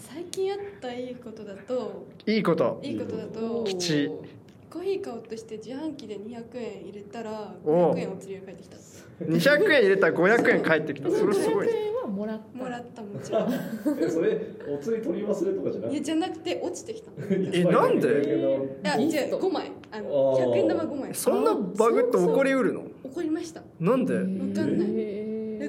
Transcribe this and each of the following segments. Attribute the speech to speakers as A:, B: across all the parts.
A: ったいいことだと
B: いいこと
A: いいことだと
B: 吉
A: コーヒー買おうとして自販機で200円入れたら
B: おう
A: 500円お釣りが返ってきた
B: 200円入れたら500円返ってきたそれすごい
C: 500円はもらった
A: もらったもちろ ん
D: えそれお釣り取り忘れとかじゃない
A: や
D: く
A: じゃなくて落ちてきたい
D: て
B: えなんで
A: や
C: ギフト
A: 違う5枚あの
D: あー
A: 100円玉5枚
B: そんなバグって起こりうるの
A: 怒りました
B: なん
C: へ
B: で
C: ー
A: わかんない
C: へ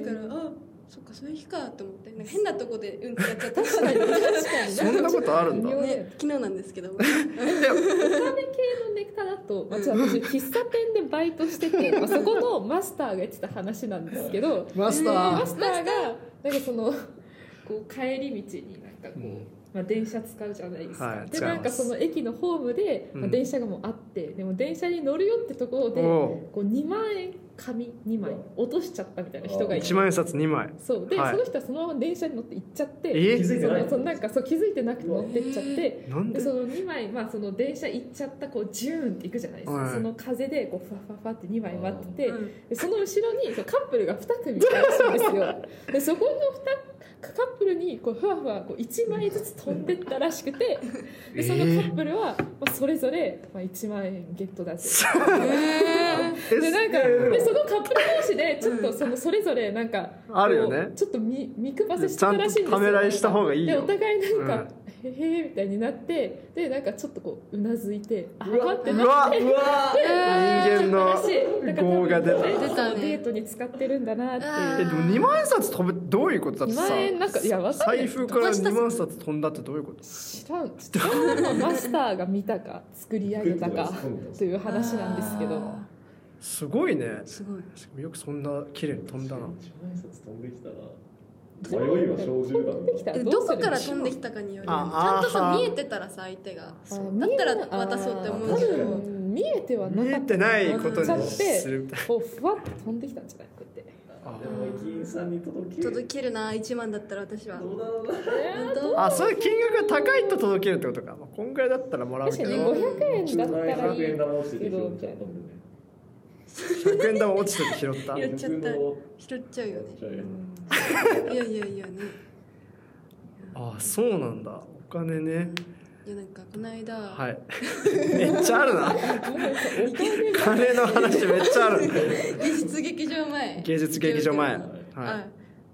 A: だ
C: ー
A: からあそっかそういう日かと思ってなんか変なとこでうんってやっち ゃった
C: 確 かに確かに
B: そんなことあるんだ
C: 微妙だよ
A: ね
C: ね、
A: 昨日なんですけど
C: お金系のネタだと、まあ、ちょっと 私喫茶店でバイトしてて、まあ、そこのマスターが言ってた話なんですけど
B: マスタ
C: マ
B: ー
C: スターがなんかそのこう帰り道になんかこう、
D: うん
C: まあ、電車使うじゃないですか、
B: はい
C: で
B: 使います
C: なんかその駅のホームで、ま
B: う
C: あ、
B: ん
C: 電車がもうあって、でも電車に乗るよってところでこ
B: お
C: う2万円紙2枚落としちゃったみたいな人がいて
B: 1万円札2枚
C: そうで、
B: はい
C: その人はそのまま電車に乗って行っちゃって
D: 気
B: え
D: づいて
C: そ
D: ない
C: のそのなんかそう気づいてなくて乗ってっちゃって。
B: なん
C: で
B: で
C: その2枚、まあ、その電車行っちゃったこうジューンって行くじゃないですか、
B: はい
C: その風でこうファファファって2枚待ってて、
A: うん
C: でその後ろにそうカップルが2組いたらしいんです よでそこの2カップルにこうふわふわこう1枚ずつ飛んでったらしく てでそのカップルは、まあ、それぞれ、まあ、1万円ゲットだぜ
A: えー
C: でなんか
B: え
C: でそのカップル同士でちょっとそのそれぞれなんか
B: あるよね
C: ちょっと見見くばせし
B: ち
C: て
B: ゃ
C: た
B: んと
C: らしいんですよ
B: ためらいした方がいい
C: で
B: よ
C: お互いなんか、へえみたいになってでなんかちょっとこううなずいてあ
D: うわ
C: かって
B: う
C: なっ
B: わ
D: うわ
B: 人間の
C: て
B: 業が出た
C: デ
A: 出たね
C: ートに使ってるんだなって
B: え
C: い
B: で
C: う
B: も2万円札飛ぶどういうことだって
C: 2
B: さ
C: 万円なんかいやわかんない
B: 財布から2万円札飛んだってどういうこと
C: 知らん知らんマスターが見たか作り上げ たかという話なんですけど
A: あ
B: すごいね
A: ーすごい
B: よくそんな綺麗に飛んだな
D: 一万円札飛んできたら迷いは生じるだろう
C: できたら
A: で
C: ど
A: ど
C: うす
A: こ
C: る
A: から飛んできたかによるよねち
B: あ
A: ゃんと
B: あ
A: さ
B: ー
A: 見えてたらさ相手が
C: あ
A: だったら渡そうって思う
C: 多
A: けど
C: 分見えてはなか
B: 見
C: った
B: えてないこと
C: ちゃっ
B: に
C: て
B: するみたい
C: こうふわっと飛んできたんじゃないこうやって
D: あでも駅員さんに届け
A: 届けるな1万だったら私は
D: どうだろうな
A: 本当
B: なあそういう金額が高いと届けるってことか、まあ、こんぐらいだったらもらう
C: 確
B: け
C: かにね
B: ど
C: 500円だったらいい
D: 100円玉落ちて
C: け
D: る
C: ど
D: 人
C: み
D: み
C: た
D: た
C: い
D: い
C: な
D: な
B: 100円玉落ちてて拾った
A: やっちゃった
D: 自分の
A: 拾っちゃ うよね
D: 拾っちゃうよ
A: いやいやいやね
B: あそうなんだお金ね
A: いやなんかこの間、
B: はい めっちゃあるな
C: お金が
B: 金の話めっちゃある
A: 芸術劇場前
B: 芸術劇場前はい
A: は
B: はい
A: い、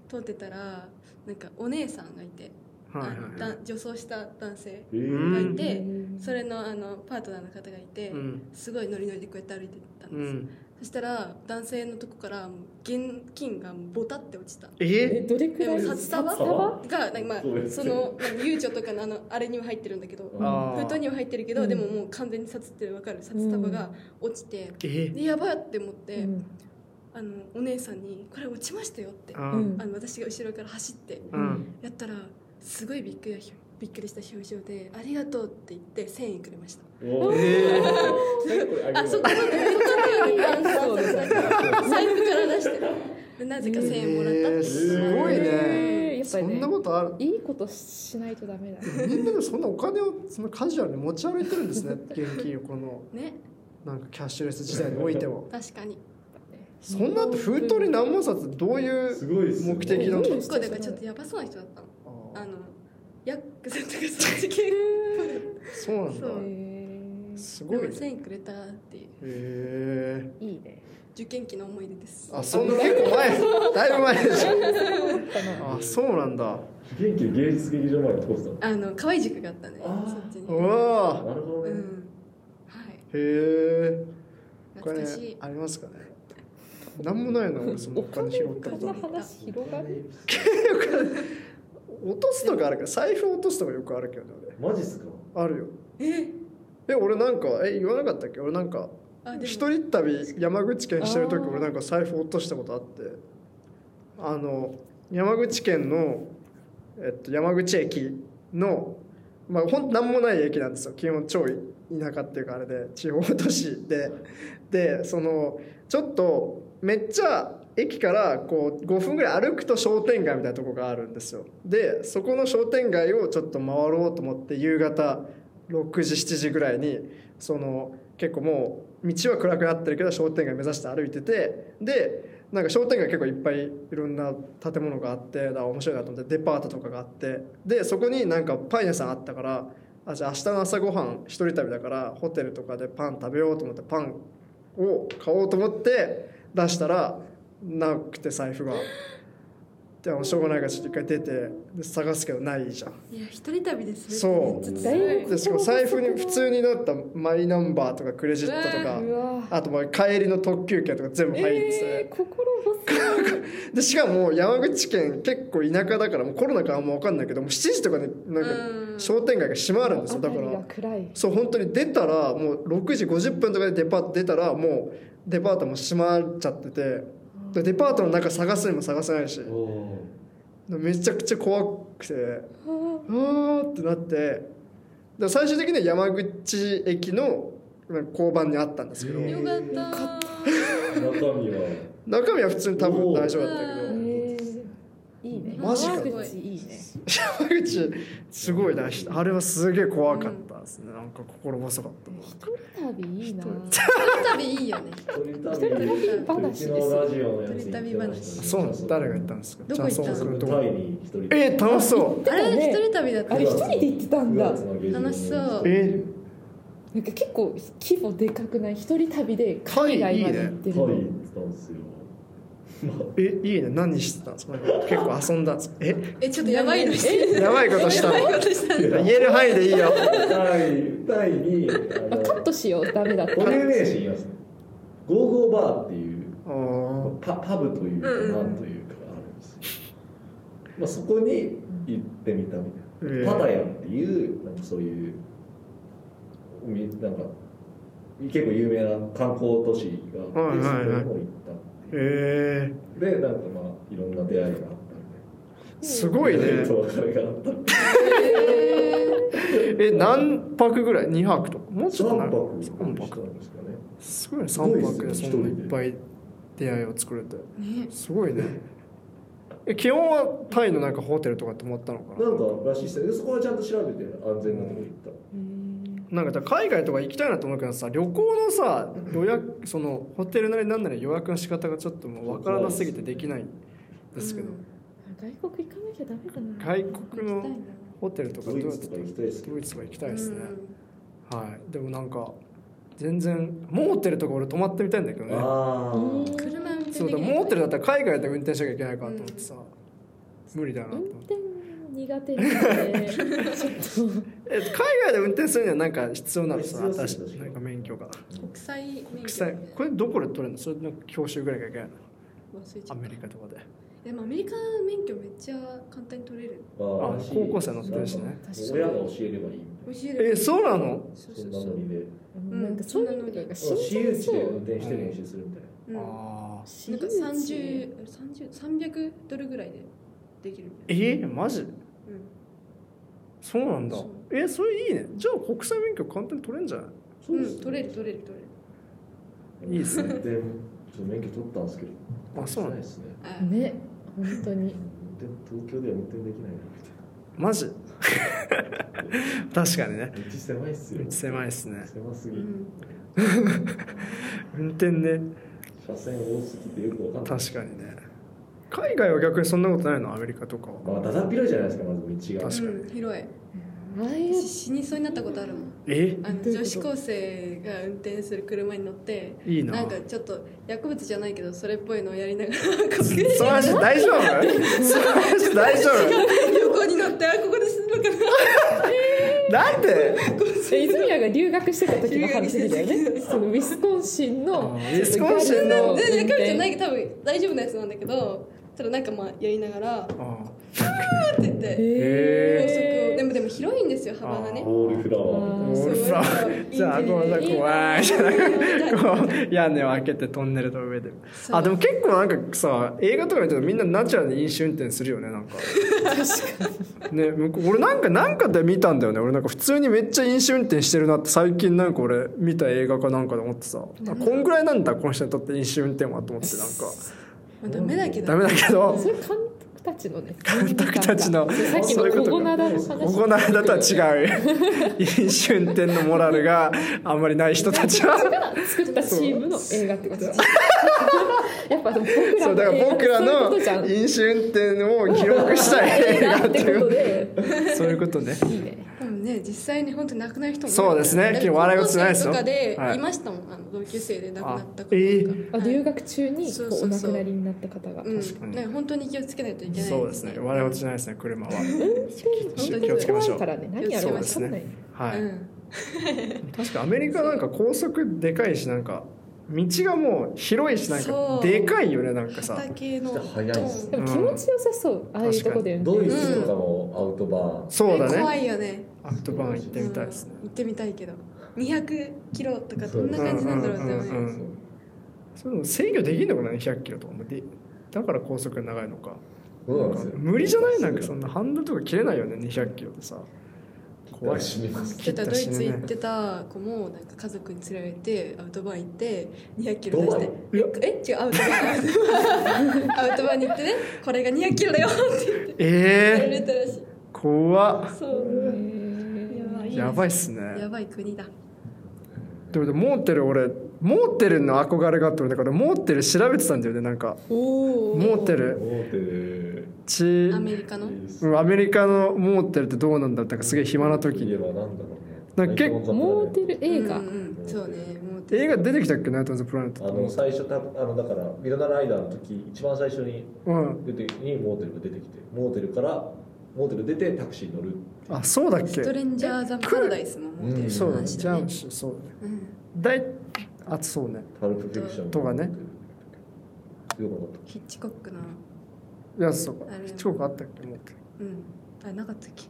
A: 通ってたらなんかお姉さんがいて、
B: はい
A: あのだん女装した男性
D: えー
B: うん
A: がいて、
C: うん
A: それのあのパートナーの方がいて、
B: うん
A: すごいノリノリでこうやって歩いてったん
B: う
A: です、
B: ん
A: そしたら男性のとこからもう現金がもうボタって落ちた
C: え
B: え
C: どれくらい
A: でも札束
C: 束
A: がなんかまあ
D: そうです
A: そ
D: ね
A: のなんかゆうちょとかのあのあれには入ってるんだけど
B: あー
A: 封筒には入ってるけど、
C: うん
A: でももう完全に札って分かる札束が落ちて、
B: え
A: でやばいって思って、
C: うん
A: あのお姉さんに「これ落ちましたよ」って、
B: う
C: うんん
A: あの私が後ろから走って
B: うん
A: やったらすごいびっくりびっくりした表情で「ありがとう」って言って1000円くれました
D: おー
B: え
D: 最後にあげる
A: あそこまでそこまで財布から出してでなぜか1000円もらったって
B: えーすごい
C: えー
B: ね
C: やっぱ
B: そ
C: りね
B: んなことある
C: いいことしないとダメだ
B: みんなでそんなお金をそのカジュアルに持ち歩いてるんですね現金をこの
A: ね
B: なんかキャッシュレス時代においても
A: 確かに
B: そんなって封筒に何万冊どういう
D: すごいですよね
B: 目的なの
C: どういう
A: 結構だからちょっとやばそうな人だったの
B: あ
A: あ
B: ー
A: のヤックさんとかそっち系
B: そうなんだ
A: そう
B: す
A: で
B: ご
A: も
B: いね
A: 1000円くれたっていう
B: へ
C: いいね
A: 受験期の思い出です
B: ーあそんな結構前だいぶ前でしょあそうなんだ
D: 元気で芸術劇場前に通って
A: あの可愛い塾があったね
D: あー
A: そっちに
B: う
A: う
D: た
B: わ
D: なるほどね
A: んはい
B: ーへえこ
A: 懐
B: れ
A: かしい
B: ありますかねなんもないの俺その
C: お
B: お金
C: 金
B: 拾ったこ
C: こん
B: と
C: な話広がる
B: 落とすとかあるけど財布落とすとかよくあるけどね
D: マジっすか
B: 俺あるよ
A: え
B: え俺なんかえ言わなかったっけ俺なんか
A: あでも
B: 一人旅山口県してる時俺なんか財布落としたことあってあの山口県の、えっと、山口駅のまあほんと何もない駅なんですよ基本超田舎っていうかあれで地方都市ででそのちょっとめっちゃ駅からこう5分ぐらい歩くと商店街みたいなとこがあるんですよでそこの商店街をちょっと回ろうと思って夕方6時7時ぐらいにその結構もう道は暗くなってるけど商店街目指して歩いててでなんか商店街結構いっぱいいろんな建物があってだから面白いなと思ってデパートとかがあってでそこになんかパン屋さんあったからあじゃあ明日の朝ごはん一人旅だからホテルとかでパン食べようと思ってパンを買おうと思って出したらなくて財布が。でもしょうがないからちょっと一回出てで探すけどないじゃん。
A: いや一人旅でする
B: そう
A: ってめっちゃ
C: だ
A: 辛い
C: いぶ
B: でしかも財布に普通になったマイナンバーとかクレジットとか
C: うわ
B: あとまあ帰りの特急券とか全部入ってて、
C: えー、心細い
B: でしかも山口県結構田舎だからもうコロナかあんま分かんないけどもう7時とかになんか
A: うん
B: 商店街が閉まるんですよだか
C: 辺り
B: ら
C: が暗い
B: そう本当に出たらもう6時50分とかでデパート出たらもうデパートも閉まっちゃっててでデパートの中探すにも探せないし
D: お
B: めちゃくちゃ怖くて。
C: あー
B: あーってなってで最終的には山口駅のなんか交番にあったんですけど、
D: えー
A: よかった
D: ー中身は
B: 中身は普通に多分大丈夫だったけ
A: う
C: え
B: ど
A: ん
C: ー、いいね
B: マジか
C: 山口いいね
B: 山口すごいなあれはすげえ怖かったですねなんか心細かったな
C: 一人旅いいな
A: 一人旅いいよね
D: 一人旅
C: 話ですよ
D: うちのラジオのやつ行
A: 一
D: ってま
A: 人旅話
D: したね
B: そうなんです誰が言ったんですか
A: どこ行ったの
B: ジャンソン君と
D: タイに一人
B: えー、楽しそう
A: あれ、
C: ね
A: 一人旅だった
C: あれ一人で行ってたんだ
D: 九月の下旬
A: 楽しそう
B: え
C: なんか結構規模でかくない一人旅で海外まで行って
D: タイ
C: るの、
D: 行ってたんですよ
B: ー、えいいね何してたんですか結構遊んだんですかえ
A: えちょっとやばいのしてる
B: やばいことしたの
A: やばいことしたの
B: 言える範囲でいいよ
D: タイタイにあ
C: あ
D: の
C: カットしようダメだった
D: 固有名詞言いますねゴーゴーバーっていう
B: あー
D: パパブというか
A: うんうん
D: なんというかあるんですよ、まあ、そこに行ってみたみたいな、
B: うん
D: パタヤっていうなんかそういうみなんか結構有名な観光都市があって、
B: はいはいはい
D: そこにも行ったっていう
B: え
D: でなんかまあいろんな出会いがあった
B: ー、すごい
D: みたいな
B: ね
D: 出会いと別れがあったみたい
B: え何泊ぐらい2泊とかもうちょっと
D: な
B: な
D: 3
B: い
D: 泊
B: 三
D: したん
B: 泊
D: ですかね
B: すごいね3泊ですそ
D: ごいで
B: んない
D: すね一人で
B: っぱい出会いを作れて
A: ね
B: すごいねえ基本はタイのなんかホテルとか泊まったのか
D: なんからしいですねでそこはちゃんと調べて安全なとこ行った、
B: ななんかだから海外とか行きたいなと思うけどさ旅行のさ予約そのホテルなりなんなり予約の仕方がちょっともう分からなすぎてできないんですけど、
A: うん
C: 外国行かなきゃダメだな
B: 外
A: 行
B: 国
A: きたい
B: の
A: な
B: ホテルとかどうや
D: ドイ
B: っ
D: ツ
B: て
D: とか行きたいですけど
B: ドイツとか行きたいですね、
A: うん
B: はいでもなんか全然モーテルとか俺泊まってみたいんだけどね
D: ああ、
C: うん
A: 車運転でき
B: そうだ
A: ない
B: モーテルだったら海外で運転しなきゃいけないからと思ってさ、無理だなと
C: 運
B: 思って。
C: 転苦手なんでちょっと
B: えっと海外で運転するにはなんか必要なんですよ
D: 必要
B: 新
D: です
B: しいなんか免許が
A: 国際免許
B: 国際これどこで取れるのそれなんか教習ぐらいがいけないの
A: 忘れちゃ
B: ア
A: っ
B: メ
A: た
B: リカとかで
A: でもアメリカ免許めっちゃ簡単に取れる
D: あ
B: あ高校生乗ってるしね
D: 親が教えればいいみ
A: 教え
B: え
A: る
B: ーそうなの
A: そう
D: たい
A: そう
D: なそ
A: そ
D: んなノ
A: う
D: リで
A: ん
C: なんかそういうのなんか慎
D: 私有
C: 重
D: 地
C: そ
D: で運
C: う
D: 転して練習するみたいな、
A: うん
B: ああ
C: 私
A: なんか
C: 有地
A: 三十三十三百ドルぐらいでできるみた
B: え
A: いな。
B: ー、マジ
A: うん
B: そうなんだ
A: そう
B: えーそれいいねじゃあ国際免許簡単に取れんじゃない
A: うん、取れる取れる取れる。
B: いいっすね
D: 運転ちょっと免許取ったんですけど
B: あそうな
D: で
B: の
D: すね
A: あ
C: ね本当に
D: 運転東京では運転できないな
B: マジ 確かにね
D: みたいな道狭いっすよ
B: 道狭いですね
D: 狭す
A: う
D: ぎ、
A: ん、
B: 運転ね
D: 車線多すぎてよくわかんない
B: 確かにね海外は逆にそんなことないのアメリカとかは
D: まあだだっ広いじゃないですかまず道が
B: 確かに
A: うん、広い。
C: 前
A: 私死にそうになったことあるもん。
B: え
A: あの
C: どういうこと
A: 女子高生が運転する車に乗って、
B: いいな
A: なんかちょっと薬物じゃないけどそれっぽいのをやりながらこう
B: その話大丈夫その話大丈夫
A: 横に乗ってあここでするのかな。
B: なんで
C: え泉谷が留学してた時の話だよねそのウィスコンシンの
B: ウィスコンシンの
A: 全然薬物じゃない
C: い
A: けど多分大丈夫なやつなんだけど、ただなんかまあやりながらパーって言って高速をでもでも広いんですよ幅がね。
D: オールフラワー
C: あ
B: オ
C: ー
B: ールフラワーじゃあごめんなさい怖いじゃなくこう屋根を開けてトンネルの上であでも結構なんかさ映画とか見てるとみんなナチュラルに飲酒運転するよねなんかね向こう俺なんかなんかで見たんだよね俺なんか普通にめっちゃ飲酒運転してるなって最近なんか俺見た映画かなんかで思ってさあこんぐらいなんだこの人にとって飲酒運転はと思ってなんか
A: まあ、ダメだけど
B: ダメだけど
C: それ監督たちのね
B: 監督たちの
C: そうさっきの
B: そういうことか
C: ココナダの話
B: ここの間とは違う 飲酒運転のモラルがあんまりない人たちは
C: が作ったチームの映画ってことやっぱでも僕ら
B: そう
C: の
B: だから僕ら
C: 映画ってそ
B: の
C: ういうことじゃん
B: 飲酒運転を記録したい映画って
C: って
B: い
C: こと
B: う
C: で
B: そういうことね
C: いいね
A: 多分ね実際に本当に亡くなる人も
B: そうですね
A: 今
B: 笑い事じゃないですよ
A: とかで
B: はい
A: いましたもん、あの同級生で亡くなった子と
B: あ
A: か、
B: え
C: あ留学中にこ
A: そう
C: う
A: そ
C: お
A: う
C: 亡
A: そう
C: くなりになった方が
A: うん、
B: 確かに
A: ね本当に気をつけないといけない
B: そうですね笑い事じゃないですね車は
A: 当に
B: 気をつけましょ
C: 怖いうからね何やるか分かんない
B: はい、
A: うん
B: 確かアメリカなんか高速でかいしなんか道がもう広いしなんかでかいよねなんかさ
A: 畑の
D: 早いです
C: でも気持ちよさそうああいうとこで
D: ドイツとかもアウトバーン
B: そうだ
A: 怖
B: ね
A: いよね
B: アウトバーン行ってみたいですね
A: うん行ってみたいけど200キロとかどんな感じなんだろうって思い
B: うんうんうんう
A: ま
B: んそういうの制御できんのかな200キロとかもでだから高速が長いのか
D: そうなんですよ
B: 無理じゃないなんかそんなハンドルとか切れないよね200キロでさ怖いし
D: 死にます
A: してたドイツ行ってた子もなんか家族に連れられてアウトバーン行って200キロ出して
B: いや
A: え違うアウトバーンアウトバーンに行ってねこれが200キロだよって言って言わ
B: ええ
A: れたらしい
B: 怖っ
A: そうやばい
B: やばいっすね
A: やばい国だ
B: でもモーテル俺モーテルの憧れがあって俺だからモーテル調べてたんだよねなんか
A: おお
B: モーテル
D: 大手で
B: ち
A: アメリカの
B: うんアメリカのモーテルってどうなんだってなんかすげえ暇な時
D: 言え
B: に
D: ばなんだろう
B: な
D: ね
B: んか結構
C: モーテル映画、
A: うんうんそうねモーテル
B: 映画出てきたっけナイト・オン・ザ・プラネッ
D: あ
B: ト
D: の最初たあのだからミラナライダーの時一番最初に
B: うん
D: 出てにモーテルが出てきてモーテルからモーテル出てタクシーに乗る
B: あそうだっ
A: スト
B: け
A: レンジャー・ザ・パラダイスもモーテル
B: そう
A: の
B: だね
A: 話
B: ジ
A: だ
B: ャ
A: ね
B: ンシュそうだね
A: うん
B: 大あそうね
D: パルプフィクション
B: とかね
D: よくなかった
A: ヒッチコックの
B: いやそうか
A: あれ
B: 超あったっけモーテ
A: うんあれなかったっけ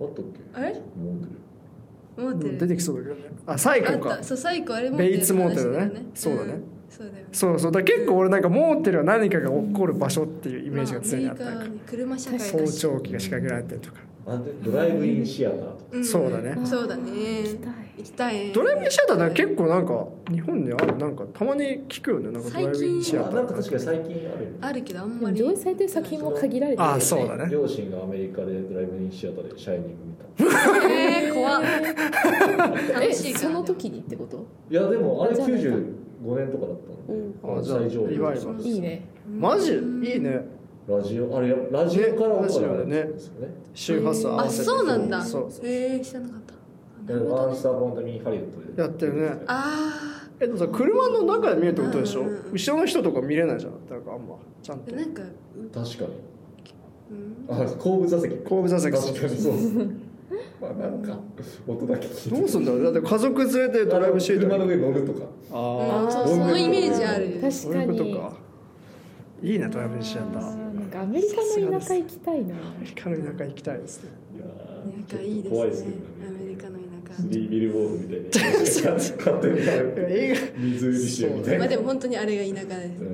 D: あったっけ
A: あれ
D: モーテル
A: モーテ
B: ルう
A: ル
B: ん出てきそうだけどねあサイコ
A: あっ
B: か
A: たそう最後あれモーテル
B: ベイツ・モーテルねそうだ
A: う
B: ね
A: んそうだよね
B: そうそうだから結構俺なんかモーテルは何かが起こる場所っていうイメージが常にあった
A: まアメ
B: か
A: リカに車社会だし
B: 早朝機が仕掛けられてるとか
D: あでドライブインシアターとか
A: ん
B: そうだね
C: あー
A: そうだね
C: 行きたい
A: 行きたい
B: ドライブインシアターなんか結構なんか日本であるなんかたまに聞くよねなんかドライブインシアタ
D: あ
B: ー
D: なんか確かに最近あるよね
A: あるけどあん
C: で
A: ま
C: も
A: り
C: 上映されてる作品も限られてるよ
B: あそうだね
D: 両親がアメリカでドライブインシアターでシャイニング見た
A: えー、怖っ楽
C: え
A: しいから
C: その時にってこと
D: いやでもあれ
C: じゃあ
D: 95年とかだったので
B: おあじゃあ
D: 最上位
B: リバイバル
C: いいね
B: マジいいね
D: ラジオあれラジオから
B: ねラジオでね
D: ですよね
B: 周波数合わ
A: あ
B: せて
A: そうなんだ
B: そうそう
A: えー、知らなかったなるほ
D: ア
A: ど
D: ン
A: ね
D: サーボンドミーハリウッドで
B: やってるね
A: あ
B: えでもさ車の中で見るってことでしょ
A: うんうんうん
B: 後ろの人とか見れないじゃんなんかあんまちゃん
A: ー
B: と
A: なんか、
D: 確かに
A: うん、
D: あ後部座席
B: 後部座席
D: 確かにそ うですねまあなんか音だけ聞いて
B: どうすんだろうだって家族連れてドライブシー
D: 車の
B: ト
D: 上乗るとか
B: ああ
A: うん、そうそのイメージある
C: 確
B: そう
C: か
B: いうこ
C: に
B: とかいいなドライブインシアタ
C: あ
B: ー
C: ーなんかアメリカの田舎行きたいな
B: アメリカの田舎行きたいですね
D: いや
A: なん
D: ー
A: かいいですね
D: 怖いですけど
A: アメリカの田舎
D: スリービルボードみたい な勝手に食べて
B: 映
D: 水売りしてるみたい
A: ま
D: な
A: あでも本当にあれが田舎です、うん、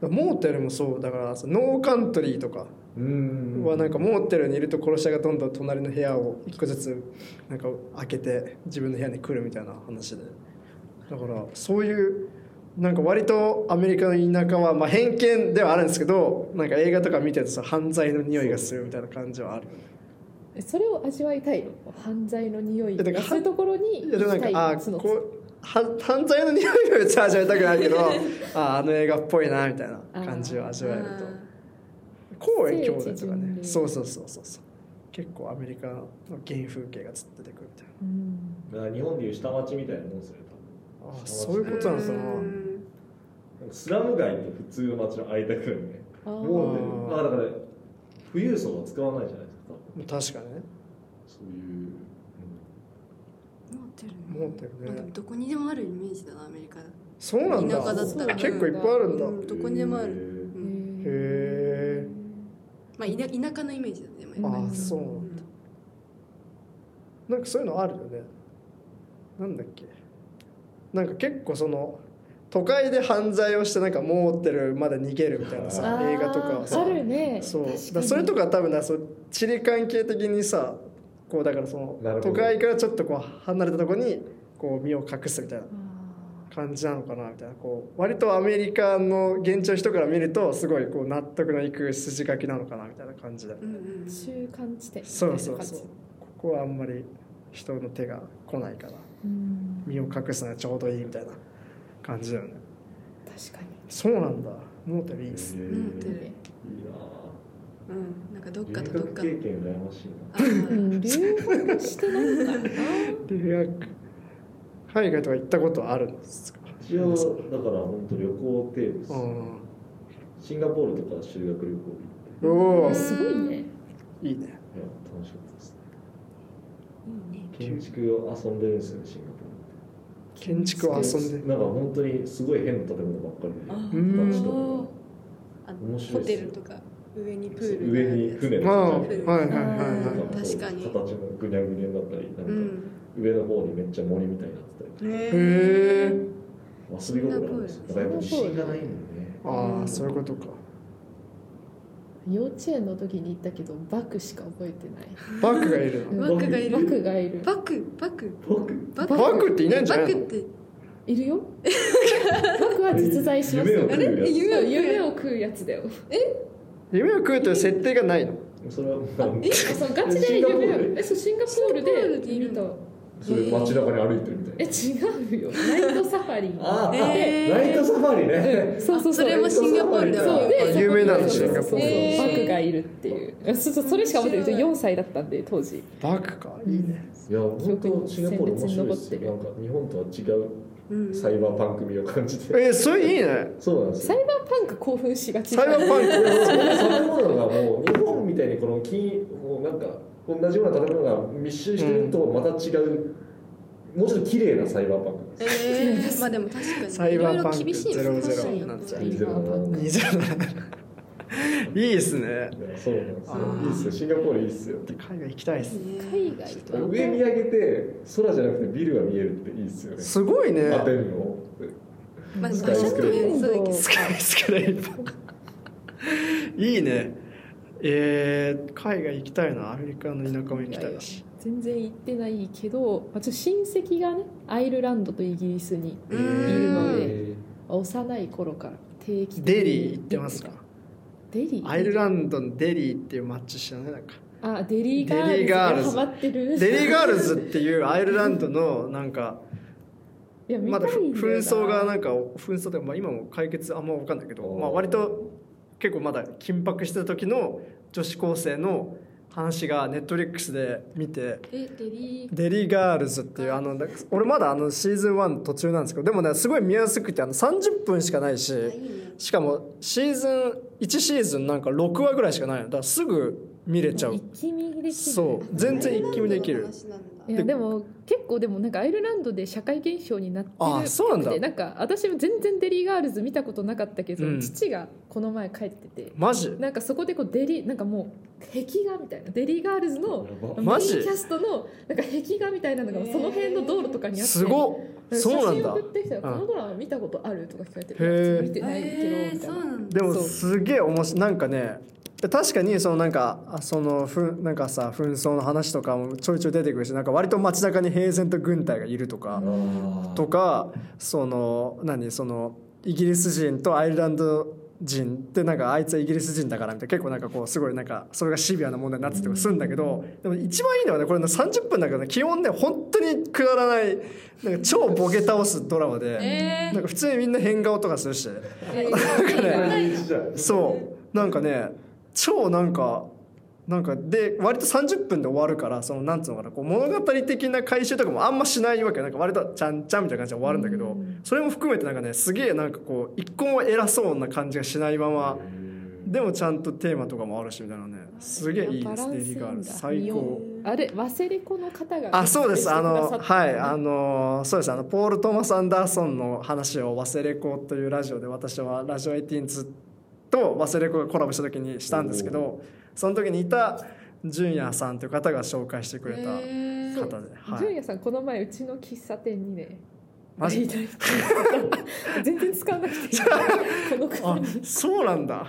B: 画モーテルもそうだからそのノーカントリーとか
D: うん
B: はなんかモーテルにいると殺し屋がどんどん隣の部屋を一個ずつなんか開けて自分の部屋に来るみたいな話でだからそういうなんか割とアメリカの田舎は、まあ、偏見ではあるんですけどなんか映画とか見てるとさ犯罪の匂いがするみたいな感じはある
C: えそれを味わいたいの犯罪の匂い
B: いやだから
C: そういうところに
B: いやでも
C: 行
B: な
C: き
B: ん
C: たい
B: かあ
C: その
B: こうは犯罪の匂いは別に味わいたくない けどああの映画っぽいなみたいな感じを味わえると公園兄弟とかね
C: 聖地巡礼
B: そうそうそうそうそう結構アメリカの原風景がずっと出てくるみたいな
D: だか
C: うん
D: ら日本でいう下町みたいなもんですよね多分
B: あ
D: あ
B: そういうことなのかな
D: なんかスラム街と普通の街の間くらいね
C: あー
D: もうねまあだから富裕層は使わないじゃないですか
B: 確かにね
D: そういう、
A: 持ってる
B: モーテルね
A: どこにでもあるイメージだなアメリカ
B: そうなんだ
A: 田舎だったら
B: 結構いっぱいあるんだ、
A: うんどこにでもある
D: る
A: うん
C: へ
B: へ
A: まあ田田舎のイメージだねでもやっぱり
B: ああそうなんだなんかそういうのあるよねなんだっけなんか結構その都会で犯罪をしてなんかモーテルまで逃げるみたいなさ
C: あー
B: 映画とかはさ
C: あるね
B: そうだ
C: 確
B: か
C: かに
B: らそれとか多分なそう地理関係的にさこうだからそ
D: なる
B: の
D: ほ
B: 都
D: ど
B: 会からちょっとこう離れたとこにこう身を隠すみたいな
C: あ
B: 感じなのかなみたいなこう割とアメリカの現地の人から見るとすごいこう納得のいく筋書きなのかなみたいな感じで
A: うんうん
C: 中間地点
B: そうそう
C: みたいな感じ
B: そうここはあんまり人の手が来ないから
C: うん
B: 身を隠すのがちょうどいいみたいな感じだよね
C: 確か
B: そうなんだモーテルいいですね
A: うん
D: いい
C: に
D: な
A: うんなんかどっか
D: ぁ
A: と
D: 留
A: どっ
D: 学
A: か
D: 経験羨ましい
A: あー
C: うん留学してないからな
B: 留学海外とか行ったことあるんですか
D: な一応だから本当旅行程度です
B: う、ん
D: シンガポールとか修学旅行
B: おお
A: うん
C: すごいね
B: いいね
D: いや楽しかったですね
A: いいね
D: 建築を遊んでるんですよねシンガポ
B: 建築を遊ん
D: ール
B: で
D: なんか本当にすごい変な建物ばっかり
A: あ
D: で
B: うん
A: ーあ
D: 面白
A: ホ
D: いで
A: テ
D: す
A: ルとか上にプ
D: そう
A: ール
D: 上に船
B: ああ
D: が
B: はいはいはいは
D: なんこう
A: 確かに
D: 形もぐにゃぐにゃになったりな
A: うん
D: か
A: ん
D: 上の方にめっちゃ森みたいになってたり
A: へ
B: いへ
A: え
B: え
D: 遊び心があるんですよだからやっぱ自信がないんでね
B: ああそういうことか
C: 幼稚園の時に行ったけどバクしか覚えてない
B: バックがいる
C: うん
B: の
A: バックがい
C: バク
A: る
C: がいる
A: バクバク
D: 僕
A: バ
B: バ
A: バ
B: ックっていないんじゃない
A: クっ
B: の
A: て
C: いるよバクは実在しますよ
D: 夢を
A: あれ
D: 夢
A: 夢
C: そ
A: をを
C: う夢を食うやつだよ
B: 夢を食うという設定がないの
D: それはもう
C: そうガチで
D: シンガポール
C: 夢をえそうシンガポー
A: シ
C: ル
A: ンガポールで
C: で
A: いる
C: 見た
D: それ街中に歩いてるみた
C: え
D: いな
C: 違うよナイトサファリ
D: ああ、
A: えー
D: ナイトサファリね、
C: うんそうそう
A: それもシンガポールで
C: そう
A: は
C: で
B: 有名なの
C: そうそ
B: シ
C: うそう
B: ンガポール
A: へー
C: バクがいるっていうそうそうそれしか覚えてない
A: 面白い
C: 4歳だったんで当時
B: バックかいいね
D: いや本当シンガポール面白いですよなんか日本とは違う
A: うん
D: サイバーパンク味を感じて
B: えー、それいいね
D: そうなんです
C: サ
D: よ
C: イバーパンク興奮しがち
B: サイバーパンク
D: 建物がもう日本みたいにこの金もうなんか同じような建物が密集してるとまた違う、もうちょっと綺麗なサイバーパンク
A: えー、まあでも確かに
B: サイバーパンク
A: いろいろ厳しいですね
B: 00なんちゃう
D: 20
B: いいじゃないいいですね
D: いやそうなんです
B: あ
D: よ
B: ー
D: いいっすよシンガポールいいっすよ
B: 海外行きたいです
A: ね
C: 海外とか
D: 上見上げて空じゃなくてビルが見えるっていいっすよね
B: すごいね
D: 摩天楼
A: まあ
D: ス
A: 場
D: カイ
A: 所
D: ス
A: と
D: クレー
A: ねそうだけど
B: スカイスクレーパーいいねえー、海外行きたいなアメリカの田舎も行きたいな
C: 全然行ってないけど、まあ、ちょっと親戚がねアイルランドとイギリスに
A: う
B: い
A: ー
B: る
A: ん
B: ので
C: 幼い頃から定期的に
B: デリー行ってますか
C: デリー
B: アイルランドのデリーっていうマッチ知らないなんか
C: あデリーガール
B: デ
C: ズ
B: リーガールズ
C: ハマってる
B: デリーガールズっていうアイルランドのなんか
C: いや見た
B: ま
C: いん
B: だ
C: だよ
B: 紛争
C: な
B: がなんか紛争で、まあ、今も解決あんま分かんないけど、まあ、割と結構まだ緊迫してた時の女子高生の話がネットリックスで見て
A: えレリー
B: デリーガールズっていうあのなんか俺まだあのシーズン1途中なんですけどでもねすごい見やすくてあの30分しかないし
A: あいいね
B: しかもシーズン1シーズンなんか6話ぐらいしかないのだからすぐ見れちゃう
C: 一気見できる
B: そう全然一気見できる
A: アイルランドの話なん
C: い
A: だ
C: やでも結構でもなんかアイルランドで社会現象になってる
B: あそうなんだ
C: でなんか私も全然デリーガールズ見たことなかったけど、
B: うん
C: 父がこの前帰ってて
B: マジ
C: なんかそこでこうデリなんかもう壁画みたいなデリーガールズの
B: マ
C: メイ
B: ジ
C: ンキャストのなんか壁画みたいなのがその辺の道路とかにあって
B: すごっ
C: 写
B: そうなん
C: 真
B: だ
C: 送ってきたら「こ
B: うん
C: のドラマ見たことある?」とか聞かれて「
B: へー
C: 見てないけど」
A: え
C: み
A: ー
C: た
A: そ
C: いうな
A: なんだ
B: でも
C: そう
B: すげえ面白いなんかね確かにそのなんかあそのふんなんかさ紛争の話とかもちょいちょい出てくるしなんか割と街中に平然と軍隊がいるとか、とかその何そのイギリス人とアイルランド人ってなんかあいつはイギリス人だからみたいな結構なんかこうすごいなんかそれがシビアな問題になってたりするんだけどでも一番いいのはねこれの30分だから基本ね本当にくだらないなんか超ボケ倒すドラマで
A: え
B: なんか普通にみんな変顔とかするしそうなんかね超なんかなんかで割と30分で終わるからそのなんつうのかなこう物語的な回収とかもあんましないわけなんか割とちゃんちゃんみたいな感じで終わるんだけど、
C: うん
B: それも含めてなんかねすげえなんかこう一個も偉そうな感じがしないままでもちゃんとテーマとかもあるしみたいなねすげえいいですデリガールズ最高。
C: あれワセリコの方 が
B: あそうですあのはいあ
C: の
B: のそうですあのポール・トーマス・アンダーソンの話を「忘れ子」というラジオで私はラジオ18と忘れ子がコラボした時にしたんですけどその時にいた純也さんという方が紹介してくれた方で、
A: えー
B: は
C: 純
B: い、
C: 也さんこの前うちの喫茶店にね
B: マジ
C: 大々的に全然使わなくていいこの
B: あ
C: 方に
B: そうなんだ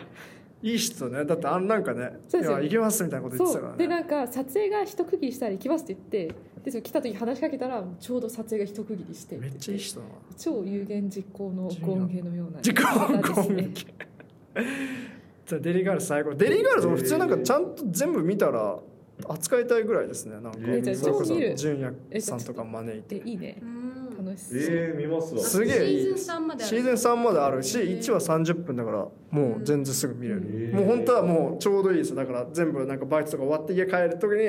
B: いい人ねだってあんなんかね「
C: そう
B: い
C: ですよ
B: や行きます」みたいなこと言っ
C: そ
B: てたか
C: う
B: ら
C: で
B: ね
C: なんか撮影が一区切りしたら行きますって言ってでその来た時話しかけたらちょうど撮影が一区切りして
B: めっちゃいい人だな
C: 超有言実行のゴンゲのような
B: 時間
C: 方です
B: 攻
C: ね
B: 撃じゃあデリーガール最高デリーガールズも普通なんかちゃんと全部見たら扱いたいぐらいですねなんか
D: えじゃあ
B: それこそ
D: 超見
C: る
B: 純也さんとか招いて
C: でいいね
A: うん
C: 楽しそう、
D: えー、見ますわ
B: すげえいい
A: シーズン3まであ
B: シ
A: る
B: ーズン3まであるし
A: へー
B: 1話30分だからもう全然すぐ見れる
D: へー
B: もう本当はもうちょうどいいですだから全部なんかバイトとか終わって家帰る時に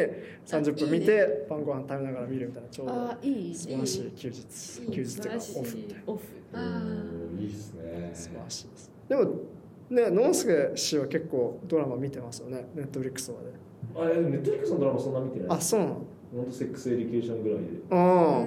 B: 30分見
A: あいい
B: て晩ご飯食べながら見るみたいなちょう
C: あ
B: ど
C: ーいい
B: 素晴らしい休日
A: いい
B: 休日というかオフみたいな
C: オフ
A: あ
D: うんいいですね
B: 素晴らしいですでもねノンスケ氏は結構ドラマ見てますよねネットフリックスとかで
D: あえネットフリックスのドラマそんな見てない
B: あそうなの
D: ほんとセックスエデュケーションぐらいで
B: あ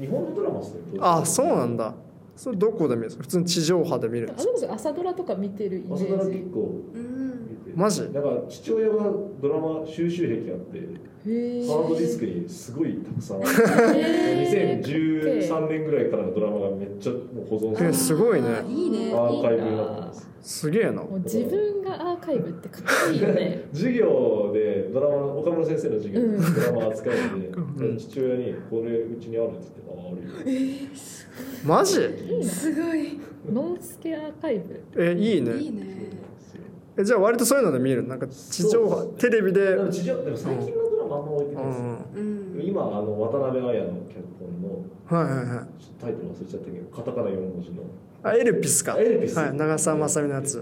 D: 日本のドラマっすね
B: ああそうなんだそれどこで見るんですか普通に地上波で見るん
C: あ
B: ですか
C: のこそ朝ドラとか見てるイメ
D: 朝ドラ
C: ー
D: 結
C: ジ
D: 構
A: うん
D: 見て
B: マジ
D: なんか父親がドラマ収集癖あって
C: へー
D: ハードディスクにすごいたくさん
C: へー
D: 2013年ぐらいからのドラマがめっちゃもう保存
B: え
D: され
B: ー
D: て
B: すごいね
A: あーいいね
D: アーカイブになってます
B: すげえな
C: もう自分がアーカイブってかっこいいよね
D: 授業でドラマの岡村先生の授業
C: う
D: でドラマ扱うんで、
B: うん
D: 父親に「これうちにある」って言って「あああるよ
B: マジ
C: いいな
A: すごい
C: ノンスケアーカイブ
B: えいいね
A: いいね
B: えじゃあ割とそういうので見るなんか地上波
D: そう
B: テレビ」
D: で
B: で
D: も地上でも最近のドラマあんま置いてな
B: う
D: いですよ、
B: ん
A: うん
D: 今あの渡辺彩の脚本の
B: はいはいはい
D: ちょっとタイトル忘れちゃったけどカタカナ4文字の
B: あエルピスか
D: エルピス
B: はい長澤まさみのやつ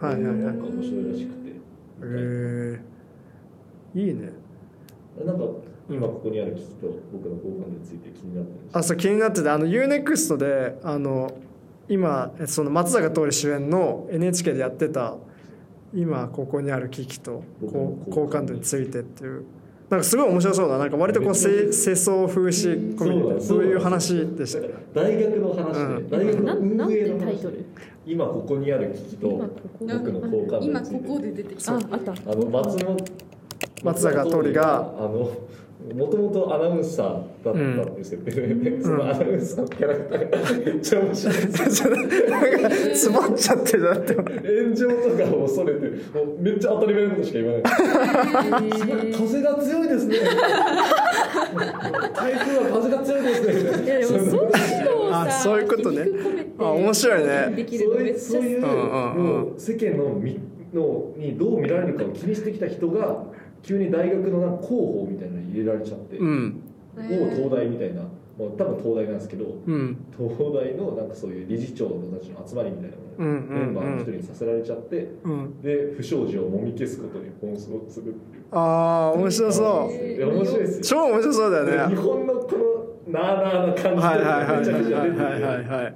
B: はいはい
D: な
B: はい
D: ん
B: へ
D: か面白いらしくて、
B: えいいね
D: なんか今ここにある機器と僕の好感度について気になってるんです
B: あそう気になっててあの UNEXT であの今その松坂桃李主演の NHK でやってた「今ここにある危機とこう好感度について」っていうなんかすごい面白そうななんか割とこう世世相風刺コミュニティそういう話でした
D: 大学の話で、
B: うん
D: 大学
C: な
D: の
C: んなん
D: 運営
C: て
D: の
C: タイ
D: 話
C: トル
D: 今ここにある機器と
C: 今ここに
D: 僕の好感度に
A: 今
D: つ
A: こ
D: い
A: こ
D: て
A: で出てき
C: あ
A: た
C: あった
D: あの松本
B: 松坂桃李が
D: あのもともとアナウンサーだったんですよ、 そのアナウンサーのキャラクターがめっちゃ面白い
B: なんか詰まっちゃってるなって
D: 炎上とかを恐れてもうめっちゃ当たり前のことしか言わない風が強いですね台風は風が強いです
C: い
D: ね
C: やでもそういうのをさ
B: あそういうことね
C: 皮肉込めて
B: あ面白いね
C: できる
D: そう
C: のめ
D: い
C: っ
D: う
C: ち
D: そ
C: ゃ
D: ういう
B: うんうんうん
D: もう世間のみのにどう見られるかを気にしてきた人が急に大学のなんか広報みたいなのに入れられちゃって、
B: うん
D: 某東大みたいな、まあ、多分東大なんですけど
B: うん
D: 東大のなんかそういう理事長たちの集まりみたいな
B: う
D: の
B: ん
D: メンバーの一人
B: うん
D: にさせられちゃって、
B: うん
D: で不祥事をもみ消すことに奔走するっていう
B: あー面白そ
D: いや面白いです
B: う
D: よ
B: 超面白そうだよ
D: 日
B: ね
D: 本のこのなあなあな感
B: はいはいはい
D: じ
B: は
D: で
B: い
D: めちゃくち
B: はい
D: ゃ
B: はい
D: 出て
B: はい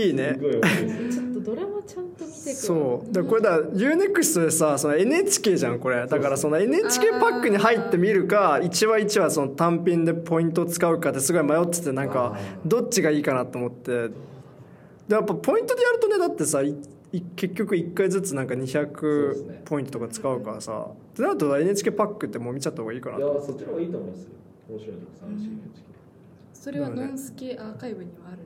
B: いい
D: て
B: ね
D: すごい面白いです
C: ちょっとドラマちゃんと見てくる
B: そうでこれだ UNEXT でさその NHK じゃんこれだからその NHK パックに入ってみるか一話一話その単品でポイントを使うかってすごい迷っててなんかどっちがいいかなと思ってでやっぱポイントでやるとねだってさいい結局1回ずつなんか
D: そうですね
B: 200ポイントとか使うからさってなると NHK パックってもう見ちゃった方がいいかない
D: やそっちの方がいいと思いますよ面白いとこさんし
A: それはノンスケアーカイブにはある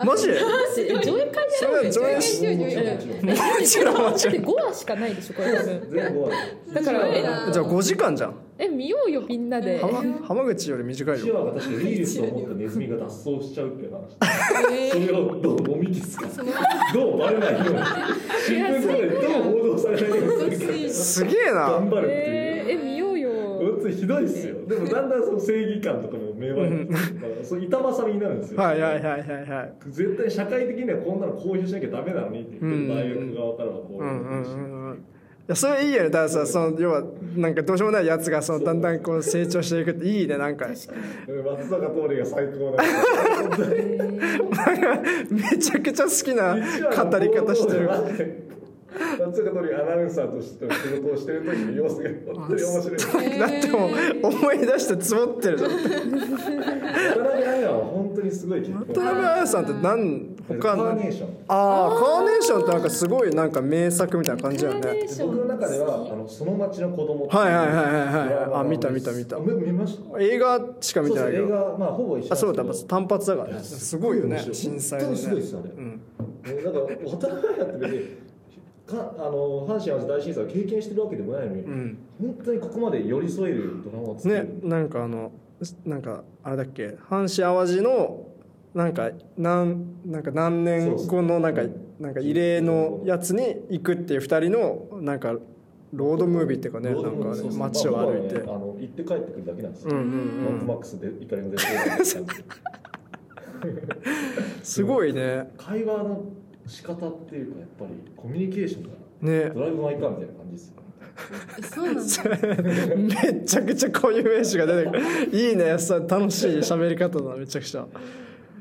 D: あ
B: マジ
C: 上映会じゃ ない
B: それは上映
A: し
D: もちろ
B: も
D: んもちろん
B: ちろんもちろ
C: だって
B: ん
C: 5話しかないでしょこれ多分
D: 全部は
C: だから
A: すごいな
B: じゃあ5時間じゃん
C: え見ようよみん なで
B: 浜浜口より短い
D: シ
B: よ
D: ワが確かウイルスを持ったネズミが脱走しちゃうっていう話
A: え
D: そ
A: ー
D: れをどうもみ消すか
A: その
D: どうバレないように新聞とかでどう報道されないようにす
B: す
D: るか
B: げえな
D: 頑張るってい
C: え
D: う
C: ーえ見ようよ
D: 本当にひどいっすよでもだんだんその正義感とかも芽生えてきてだからそう板挟みになるんですよ
B: はいはいはいはいはい
D: 絶対社会的にはこんなの公表しなきゃダメなのにって言って大学側からはこう
B: う
D: い
B: ん
D: う
B: うんうんうんいやそれいいよねだからさその要はなんかどうしようもないやつがそのだんだんこう成長していくっていいねなんか
D: 松坂桃李が最高なんですよ
B: めちゃくちゃ好きな
D: 一話の
B: 語り方してる
D: 冒頭で松坂桃李アナウンサーとしての仕事をしてる時の様子が本当に面白いです
A: えー
B: だってもう思い出して積もってるじゃん
D: 渡辺彩は本当にすごい結婚
B: 渡辺彩さんって何
D: カ
B: 他の
D: ーネーション
B: ああカーネーションってなんかすごいなんか名作みたいな感じだよ
C: カーネ
B: ね
C: ーション
D: 僕の中ではあのその町の子供ってう
B: はいはいはいはいはい
D: ドラマが
B: あ見た見た見た
D: あ見ました
B: 映画しか見
D: そう
B: て
D: そ
B: ないうけ
D: 映
B: ど
D: 画まあほぼ一緒なんですけど
B: あそうだやっぱ単発だからねすごいよね
D: 面白
B: 震災の
D: 本当にすごい
B: ね
D: ですあれ
B: うん
D: えなんか渡辺やって別にかあの阪神・淡路大震災を経験してるわけでもないのに、
B: うん
D: 本当にここまで寄り添えるドラマを作
B: ね
D: る、
B: なんかあのなんかあれだっけ阪神・淡路のなんかなんなんか何年後のなんか
D: そうそう
B: なんか異例のやつに行くっていう二人のなんかロードムービーっていうかねな
D: ロード
B: ん
D: ムー
B: か
D: ビーそう
B: ね
D: そう
B: 街を
D: まあ
B: 歩い
D: 僕
B: て
D: はねあの行って帰ってくるだけなんですよ、
B: うんうんうん
D: マックマックスで怒りの 絶頂みたいな感
B: すごいね
D: じ会話の仕方っていうかやっぱりコミュニケーションが
B: ね
D: ドライブ・マイ・カーみたいな感じですよ
A: えそうなんだ
B: めちゃくちゃこういう名詞が出てくるいいねさ楽しい喋り方だめちゃくちゃ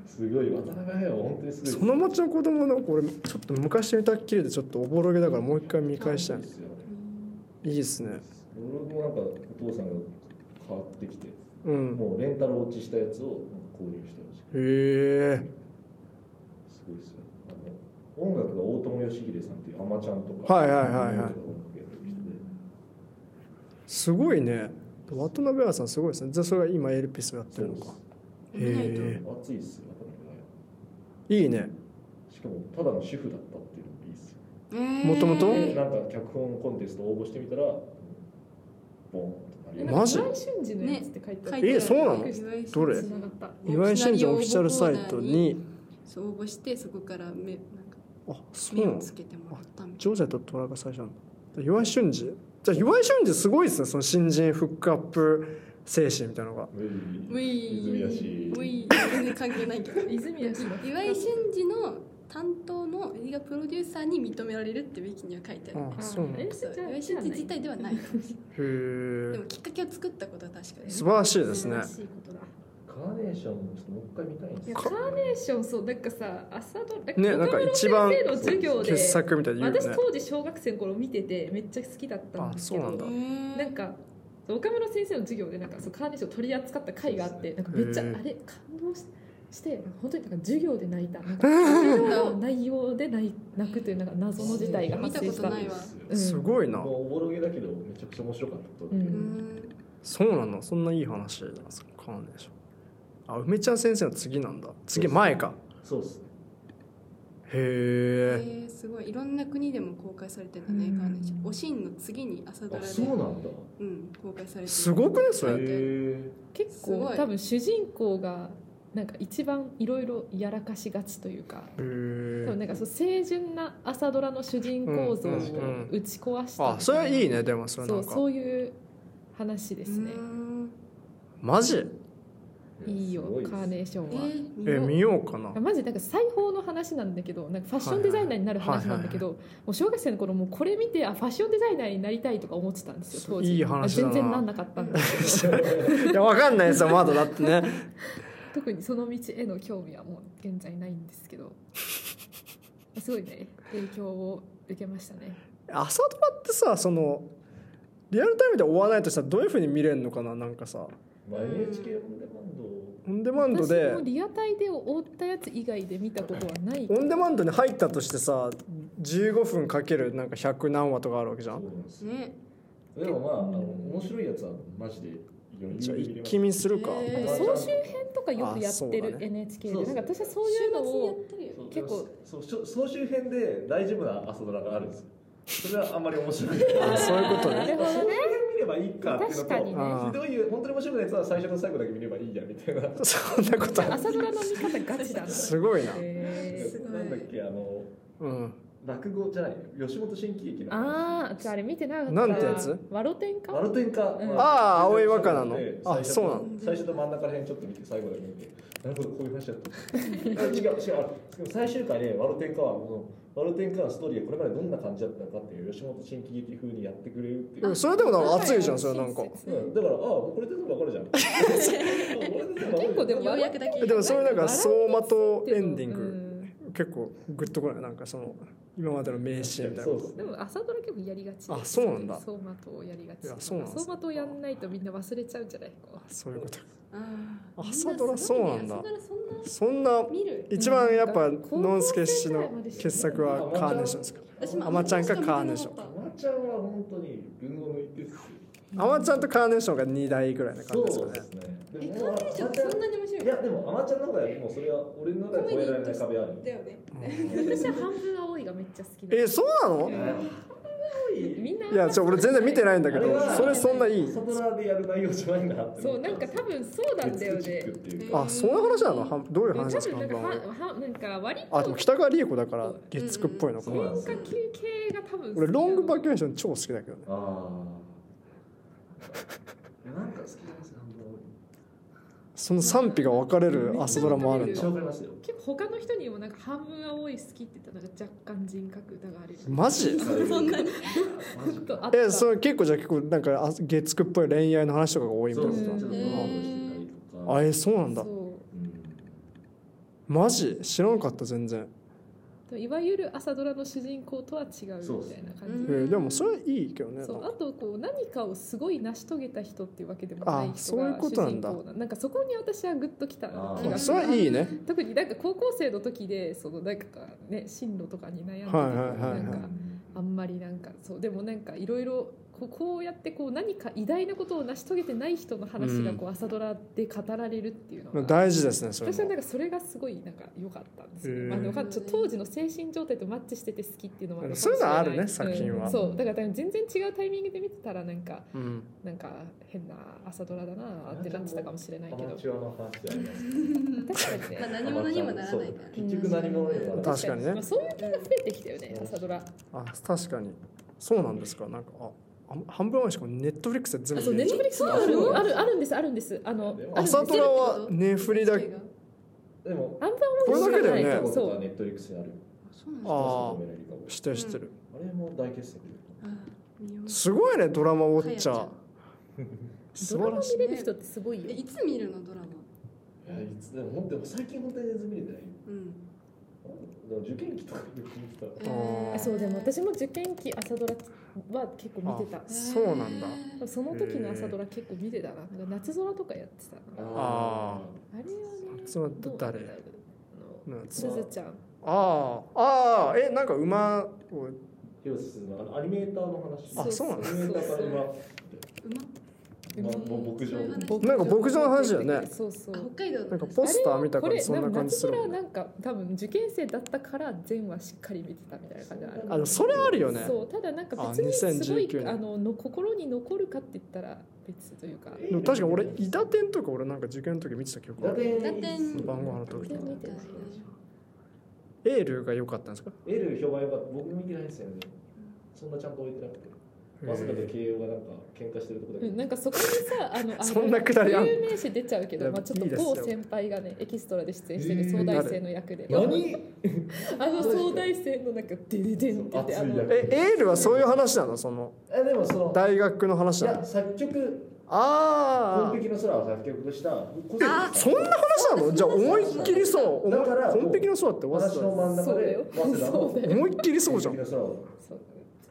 D: すごい渡辺隼は本当にすごい
B: その町の子供のこれちょっと昔見たっきりでちょっとおぼろげだからもう一回見返したい
D: ですよね
B: いいですね
D: 俺もなんかお父さんが変わってきて
B: うんへ
D: もうレンタル落ちしたやつをなんか購入してほしい
B: え
D: すごいですよあの音楽が大友義秀さんっていうアマちゃんとか
B: はいはいはいはい
D: 音楽やってる人です
B: ごいね渡辺アさんすごいですねじゃあそれが今エルピスをやって
D: そう
B: るの
D: で
B: か
D: す
A: 見ないと
B: へ
D: 熱いっすよ渡辺隼
B: いいね
D: しかもただの主婦だったっていうのもいいっすよ、
A: も
B: もともと
D: でなんか脚本コンテスト応募してみたらボンとなり
C: え
D: ま
C: な
D: し
C: んか
B: マジ
C: 岩井俊二のやつって書いてある、
B: えそうなのどれ
C: つながった
B: 岩井俊二オフィシャルサイトに
A: そう応募してそこから目なんか
B: あそう
A: 目
B: な
A: を
B: の
A: つけてもらったみたい
B: ジョージャとトラが最初なんだ岩井俊二じゃあ岩井俊二すごいですねその新人フックアップ精神みたいなのが
D: ウ
A: な
D: ィ
A: うい
D: 泉谷氏
A: うい全然関係ないけど
C: 泉谷氏の
A: 岩井俊二の担当の映画プロデューサーに認められるってウィキには書いてある
B: あそうなのへ
C: え
A: そう
C: じゃあ
A: 岩井俊二自体ではないで
B: え
A: もきっかけを作ったことは確かです
B: 素晴らしいですね
C: 素晴らしいことだ
D: カーネーションもちょっともう一回見たいんです
C: いや
D: よ
C: カーネーションそうなんかさ朝ドラ
B: ねなんか一番
C: 中村先生の授業で
B: 傑作みたいに言うよ
C: 私
B: ね
C: 当時小学生の頃見ててめっちゃ好きだったんですけど
B: あそうなんだ
A: な
C: なんかそう岡村先生の授業でなんかそうカーネーション取り扱った回があってなんかめっちゃ
B: へー
C: あれ感動しして本当になんか授業で泣いたなんか授業の内容で泣い泣くというなんか謎の事態が
A: 見
C: 発
A: た
C: 生
A: こ
C: し
A: と
C: た
A: ないわ
D: うん
C: うん
B: すごいな
D: もうおぼろげだけどめちゃくちゃ面白かったことだけ
A: う
D: ど、
A: ん
B: そうなのそんないい話なんですかカーネーションあ梅ちゃん先生の次なんだ次前か
D: そうっすね
B: へえ
A: えー、すごいいろんな国でも公開されてるんだ
C: う
A: ね
C: ん
A: カーネーションおしんの次に朝ド
D: あ
A: ラで
D: そうなんだ
A: うん、公開されてる
B: すごくねそれ
A: 書いてある
D: へ
C: 結
A: すご
C: 構
A: い
C: 多分主人公がなんか一番いろいろやらかしがちというか
B: へ
C: 多分
B: ー
C: なんかそう清純な朝ドラの主人公像を
B: うんうん
C: 打ち壊した
B: あそれはいいねでもそれ
C: そ
B: な
C: うん
B: か
C: そういう話ですね
A: うーん
B: マジ
D: え
C: いいよ
D: すごっす
C: カーネーショ
A: え
C: ンは。
A: ー、見
B: え
A: よ
B: 見
A: う
B: ようかな
C: マジなんか裁縫の話なんだけどなんかファッションデザイナーになる話なんだけど、もう小学生の頃もうこれ見てあファッションデザイナーになりたいとか思ってたんですよ当時
B: いい話だな
C: 全然なんなかったんですけど
B: いやわかんないですよまだだってね
C: 特にその道への興味はもう現在ないんです けどすごいね影響を受けましたね
B: 朝ドラってさそのリアルタイムで追わないとしたらどういうふうに見れるのかななんかさ
D: まあ、NHK オンデマンド
B: オンデマンドで
C: 私もリアタイで追ったやつ以外で見たことはない
B: オンデマンドに入ったとしてさ15分かけるなんか100何話とかあるわけじゃ
D: そうんなんですよ
A: ね
D: でもまああの面白いやつはマジで余裕
B: じゃあ
D: で見
B: 一
D: れます
B: 気見するか、
A: へー
C: 総集編とかよくやって
B: あそう
C: る
B: だね
C: NHK で、
D: そうそう
C: なんか私はそういうのを
A: 週末にやってるよ
D: そう
C: 結構
D: そうそう総集編で大丈夫な朝ドラがあるんですよそれはあんまり面白 い
B: あそういうこと
C: な
B: ね
C: るほどね
D: 見ればいいかっていうの
C: 確かに
D: と
C: ね
B: あー
D: ひどい本当に面白くないやつは最初の最後だけ見ればいいやみたいな
B: そんなことある
C: 朝ドラの見方ガチだな
B: すごいな、
C: へ
A: すごい
D: なんだっけあの
B: うん、
D: 落語じゃない吉本新喜劇
C: ー
D: の
C: ああじゃああれ見てなかった
B: なんてやつ
C: ワロテンか
D: マルテンか、
C: うん
D: ま
B: あー青い若菜の
D: で
B: あ
D: 最初と
B: そうなの
D: 最初と真ん中ら辺ちょっと見て最後だけ見てなるほどこういう話だったあ違う違うでも最終回で、ワルテンカはもうワルテンカのストーリーがこれまでどんな感じだったのかっていう吉本新喜劇風にやってくれるっていう、
B: うんそれでもなんか熱いじゃんそれなんか
D: うん、だからああこれで分か るじゃん結
C: 結構でも
A: ようやくだけ
B: えでもそれなんか走馬灯エンディング
C: グ
B: 結構グッとこないなんかその今までの名シーンみたいなこと
C: でも朝ドラ結構やりがち
B: あそうなんだ
C: 走馬灯をやりがち
B: いやそうなんです
C: 走馬灯やんないとみんな忘れちゃうんじゃないこう
B: そういうこと
A: あー
B: 朝ドラそうなんだ
A: 朝ドラそんな
B: そんな
A: 見る
B: 一番やっぱ
C: うん
B: ノンスケッシュの傑作はカーネーションですか
A: 私も
B: アマちゃんかカーネーション
A: ン
D: おばちゃんは本当に群を抜いてるっすよ
B: アマちゃんとカーネーションが2台ぐらいな感じです
D: そ
B: か
D: うで
B: ね
D: すね
A: え
D: で
A: カ
D: も
A: ーネーションってそんなに面白い
D: いやでもアマちゃんの中ではもうそれは俺の中で超えられない壁ある
A: だよね
C: 私は半分青いがめっちゃ好きで
B: えそうなの
C: みんない
B: やちょ俺全然見てないんだけ
D: あれ
B: ど
D: は
B: それそんないい
D: 朝ドラでやる内容じゃないんだなって
C: そうなんか多分そうなんだよね
B: あそんな話なのはんどういう
C: 多
B: 話なんですか
C: 分なんか
B: 半分青い
C: ははなんか割と
B: あでも北川理恵子だから月9っぽいのか
D: うんうん
B: な
D: そう
C: 文化球系が多分
B: 俺ロングバケーション超好きだけどね
D: ああなんか好きなんですよ
B: その賛否が分かれる朝ドラもあるんだ
D: 一生わかりますよ
C: 結構他の人にもなんか半分青い好きって言ったらなんか若干人格疑われる
B: マジ
A: そんなに
D: マジ
C: ちょっとあった
B: えそれ結構じゃあ結構なんかあ月9っぽい恋愛の話とかが多いみた
D: そ
B: いうな
D: そうちょっ
C: うん
D: とノーアウトしてたりとか
B: あえそうなんだ
C: そう
D: うん
B: マジ知らなかった全然、
C: でもいわゆる朝ドラの主人公とは違うみたいな
D: そうですね
B: え
C: 感じ
B: ーでもそれいいけどね
C: そうあとこう何かをすごい成し遂げた人っていうわけでもない
B: あ
C: 人
B: そういう
C: が主
B: ことなん
C: 人
B: だ
C: 公ななんかそこに私はグッときた気
D: あ
C: が
D: ー
C: する
B: それはいいね
C: 特になんか高校生の時でそのなんかね進路とかに悩んでて
B: はいはいはいはい
C: なんかあんまりなんかそうでもなんかいろいろこうこうやってこう何か偉大なことを成し遂げてない人の話がこう朝ドラで語られるっていうのが、
B: 大事ですねそれ
C: 私は
B: も
C: なんかそれがすごいなんか良かったんですよ、
B: へー
C: まあ、でもかちょっと当時の精神状態とマッチしてて好きっていうのもる
B: そういうのあるね
C: かもしれ
B: 作
C: ない
B: 品は
C: うんそうだから多分全然違うタイミングで見てたらなんか
B: うん、
C: なんか変な朝ドラだなーってなってたかもしれないけ
D: ア
C: ど
D: マチュアの話じゃあります
C: 確かに
A: まあ
C: ね
A: 何者にもならないか
D: そう結局何者にもならない
B: 確かにね
C: まあ、そういう気が増えてきたよね朝ドラ
B: あ確かにそうなんですかなんかああん半分はしかもネットフリックスで全
C: あそう
B: 部見
C: ネ
B: れ
C: ット
B: る
C: フリックスあるあるあるんですあるんですあの
D: でも
C: あるんです
B: 朝ドラはネフリだ
A: ら。あ
D: でも
C: あんま
B: これだけだ
D: 見
B: よね
D: たこと
C: そ
D: が
C: う
D: ネットフリックスにある
A: そうなん
B: あ
A: だ。
B: ー
D: そうそう止められるかも
B: してるしてる、
D: あれも大決戦
A: あ見よう
B: すごいねドラマウォッチャー素
C: ドラ
B: 晴
C: マ
B: らしい
C: 見れる人ってすごい
A: え
C: よ
A: いつ見るのドラマ？
D: いやいつでも本当に最近本当に全然見れてない
A: うん。
D: でも受験期とかで見てたら
B: ー
C: あそうでも私も受験期朝ドラは結構見てた
B: あそうなんだ
C: その時の朝ドラ結構見てたななんか夏空とかやってたな
B: あ
C: あれはね
B: 夏空って
C: どうなんだ
B: 誰
C: ろうあの
B: なんつ
C: すずちゃん
B: ああああえなんか馬を
D: 広瀬すずのあのアニメーターの話
B: あそうなんだ
D: アニメーターから今
A: 馬
D: ま
C: うん
D: もう牧場
A: なん
B: か牧場の話だよね
C: そうそう
A: あ北海道
B: なんかポスター見たからそんな感じする
C: あれは
B: も
C: こ
B: ん
C: れ
B: ね
C: なんか夏空はなんか多分受験生だったから全話しっかり見てたみたいな感じある
B: あでもそれあるよね
C: そうただなんか
B: あ
C: 別にすごい
B: 2019
C: あ
B: 年
C: のの心に残るかって言ったら別というか
B: でも確か俺伊達天とか俺なんか受験の時見てた記憶あ
D: 打
B: る
D: 点
A: 打点
B: 晩ご飯の時
C: 全然見てない
B: エールが良かったんですか
D: エル評判良かった僕見てないですよねそんなちゃんと置いてなくてまさかで慶応がなんか喧嘩してるとこだ
C: う
D: け
C: ん、なんかそこに さあのあの
B: そんなくだりあんの
C: 有名詞出ちゃうけ
B: い
C: ど、
B: や
C: まあ、ちょっと
B: いいですよ
C: 某先輩がねエキストラで出演してる総大生の役で、
D: 何
C: あの総大生のなんかデデデンって言ってあ
D: 熱い
C: の
D: 役
B: えエールはそういう話なのその
D: えでもその
B: 大学の話
D: い
B: な
D: や
B: の
D: 作曲
B: あ
D: 完璧の空を作曲とした
B: あそんな話なのじゃあ思いっきりそう
D: だから
B: 完璧のそうだって早
D: 話
B: 稲
D: の真ん中で早稲田の
C: そうだ
B: 田
C: よ
B: 思いっきりそうじゃん
D: 完璧の空を
C: そう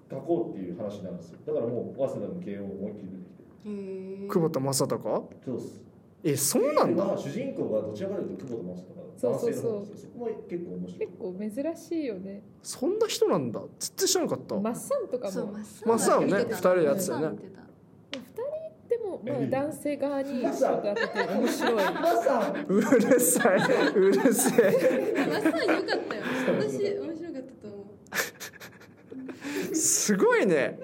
D: 書こうっていう話なんですよだからもう早稲田の慶応も思いっきり出てきて
A: 久
B: 久保田正孝
D: そうっす
B: えそうなんだ
D: まあ主人公がどちらかというと久保田正
C: そ
D: 孝
C: う
D: 男
C: そう
D: 性
C: そう
D: なんですよそこも結構面白い
C: 結構珍しいよね
B: そんな人なんだつって知らなかった
C: マッサンとか
A: そう
C: も
B: マッサンね
A: 見てた
B: 二人でやってたよね
A: マッサン見てた
C: 2人でも、まあ、男性側に
D: マッサン
C: 育てて面白い
D: マサン
B: うるさいうるせえ
A: マッサン良かったよ私面白かった と思う
B: すごいね